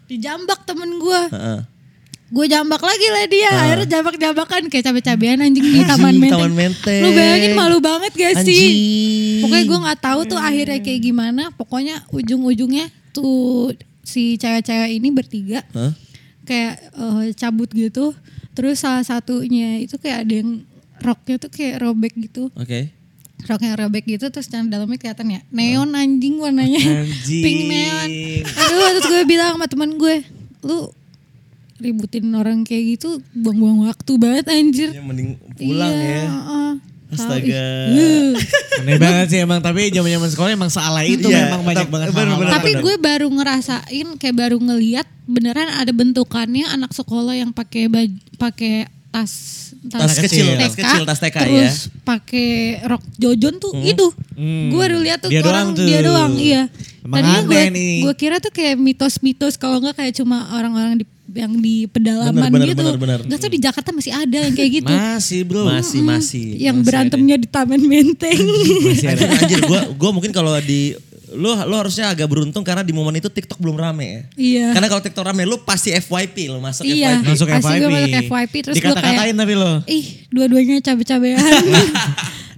Dijambak temen gue. Heeh. Gue jambak lagi lah dia, akhirnya jambak-jambakan kayak cabe-cabean anjing di Taman Menteng. Ah. Taman Menteng. Lu bayangin malu banget gak sih? Anjing. Pokoknya gue nggak tahu tuh akhirnya kayak gimana. Pokoknya ujung-ujungnya tuh si cewek-cewek ini bertiga Hah? kayak eh, cabut gitu. Terus salah satunya itu kayak ada yang roknya tuh kayak robek gitu. Oke. Roknya robek gitu terus yang dalamnya kelihatan ya neon anjing warnanya. Pink neon. Aduh terus gue bilang sama teman gue, lu ributin orang kayak gitu buang-buang waktu banget anjir. Ya, mending pulang Iya, ya. heeh. Astaga. Aneh banget sih emang tapi zaman-zaman sekolah emang salah itu Iya, memang banyak tetap- banget bener, hal-hal. bener. Tapi gue baru ngerasain kayak baru ngeliat beneran ada bentukannya anak sekolah yang pakai baj- pakai tas Tas kecil, TK, tas kecil, tas TK ya. Hmm. terus pakai rok jojon tuh itu gue baru lihat tuh Dia orang doang tuh. dia doang iya Emang tadinya gue aneh nih. gue kira tuh kayak mitos-mitos kalau nggak kayak cuma orang-orang di yang di pedalaman Bener, bener, gitu bener, bener. nggak tuh di Jakarta masih ada yang kayak gitu Masih bro. Masih Iya, masih. yang berantemnya di Taman Menteng Anjir, anjir gua gua mungkin kalau di lu lu harusnya agak beruntung karena di momen itu TikTok belum rame ya. Iya. Karena kalau TikTok rame lu pasti FYP lu masuk Iya. FYP. Masuk Pasti FYP. gue masuk FYP, terus gue kayak- Dikata-katain tapi lo. Ih, dua-duanya cabe-cabean.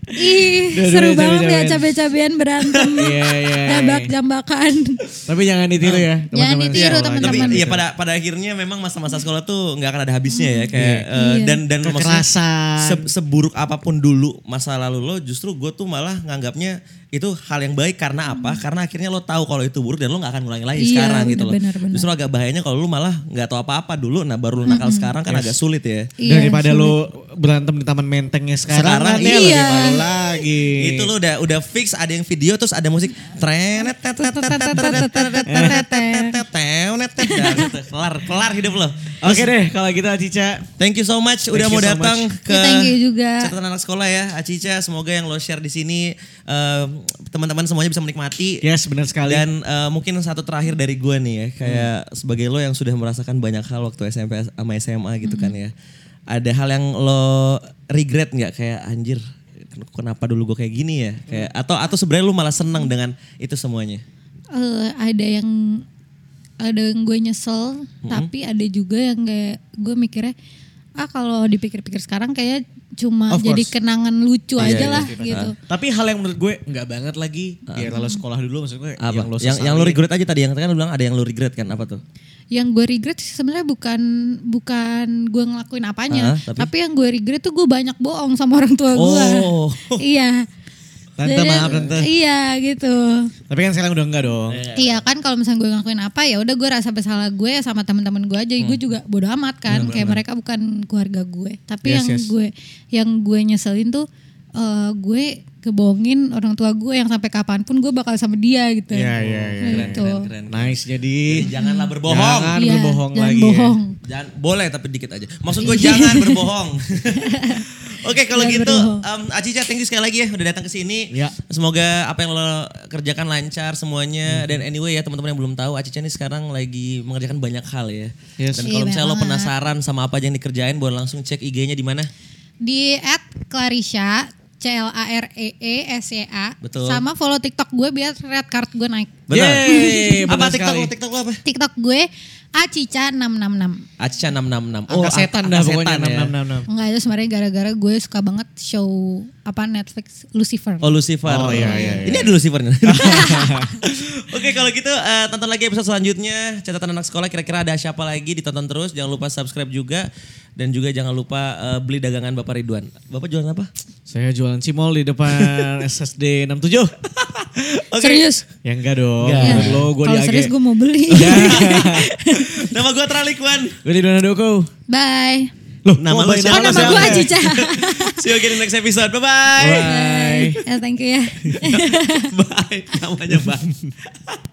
Ih, Dua-duanya seru banget ya cabe-cabean. cabe-cabean berantem. Iya, iya, iya. Jambak-jambakan. Tapi jangan ditiru ya. teman-teman ditiru, sekolah. teman-teman. Tapi Teman-teman. ya pada pada akhirnya memang masa-masa sekolah tuh nggak akan ada habisnya ya kayak eh, Iya. dan dan maksudnya Kekerasan. se- seburuk apapun dulu masa lalu lo justru gue tuh malah nganggapnya itu hal yang baik karena apa? Karena akhirnya lo tahu kalau itu buruk dan lo nggak akan ngulangi lagi Iya, sekarang gitu loh. benar, benar. Justru agak bahayanya kalau lo malah nggak tahu apa-apa dulu nah baru lo nakal sekarang kan agak sulit ya. Iya, Daripada lo berantem di taman mentengnya sekarang, Sekarang, nanti iya. lebih malu lagi. Itu lu udah udah fix ada yang video terus ada musik trenet tet, tet, tet, tet, tet, tet, tet, tet, tet, tet, tet, tenet, tet, dah, gitu. kelar kelar hidup lo. Oke deh kalau gitu Cica. Thank you so much udah Thank mau you so datang much. ke Ya, thank you juga. catatan anak sekolah ya Acica semoga yang lo share di sini eh, teman-teman semuanya bisa menikmati Yes benar sekali. dan eh, mungkin satu terakhir dari gue nih ya kayak sebagai lo yang sudah merasakan banyak hal waktu SMP sama SMA gitu kan ya ada hal yang lo regret nggak kayak anjir ken- kenapa dulu gue kayak gini ya kayak atau atau sebenarnya lo malah senang dengan itu semuanya Eh, ada yang ada yang gue nyesel, tapi ada juga yang kayak gue mikirnya ah kalau dipikir-pikir sekarang kayak cuma Of jadi course. kenangan lucu Iya, aja iya, lah pasti. gitu. Tapi hal yang menurut gue nggak banget lagi. Biar lo sekolah dulu maksud gue apa yang lo lo yang, sesalin. lo regret aja tadi yang kan lo bilang ada yang lo regret kan apa tuh Yang gue regret sih sebenarnya bukan bukan gue ngelakuin apanya, Ah, tapi? tapi? yang gue regret tuh gue banyak bohong sama orang tua gue. Oh. iya. Tante Jadi- maaf tante. Iya gitu. Tapi kan sekarang udah enggak dong. Iya kan kalau misalnya gue ngakuin apa ya udah gue rasa bersalah gue ya sama teman-teman gue aja Ya gue juga bodo amat kan kayak mereka bukan keluarga gue tapi Iya, Yes, yang yes. gue yang gue nyeselin tuh eh, gue kebohongin orang tua gue yang sampai kapanpun gue bakal sama dia gitu Iya iya iya. gitu Nice jadi. janganlah berbohong Jangan Iya, berbohong jangan lagi. ya. bohong. Jangan, boleh tapi dikit aja. Maksud gue jangan berbohong. Oke kalau Jangan gitu berbohong. um, Acica thank you sekali lagi ya udah datang ke sini. Ya. Semoga apa yang lo kerjakan lancar Hmm. semuanya dan anyway ya teman-teman yang belum tahu Acica ini sekarang lagi mengerjakan banyak hal ya. Yes. Dan Iya, kalau misalnya lo banyak penasaran sama apa aja yang dikerjain boleh langsung cek IG-nya di mana? di at Clarisha C L A R E E S Y A. Betul. Sama follow TikTok gue biar red card gue naik. Benar. Yeay, apa benar TikTok sekali. lo? TikTok lo apa? TikTok gue Acica 666. Aca 666. Angka setan dah pokoknya. ya. enam, enam, enam. Enggak itu sebenarnya gara-gara gue suka banget show apa Netflix Lucifer. Oh Lucifer. Oh, iya, iya, Ini ada Lucifer nih. Oke kalau gitu eh, tonton lagi episode selanjutnya. Catatan anak sekolah kira-kira ada siapa lagi ditonton terus. Jangan lupa subscribe juga. Dan juga jangan lupa eh, beli dagangan Bapak Ridwan. Bapak jualan apa? Saya jualan cimol di depan SSD 67. Serius? ya enggak dong. Ya. Enggak. Lo gue di Kalau AG. serius gue mau beli. Nama gue Tralikwan. Gue di Dona Doko. Bye. Loh, Nama mau lo bayi siapa? Oh Halo, nama gue siapa? Acica. See you again in next episode. Bye-bye. Bye. Ya, thank you ya. Bye. Namanya Bang.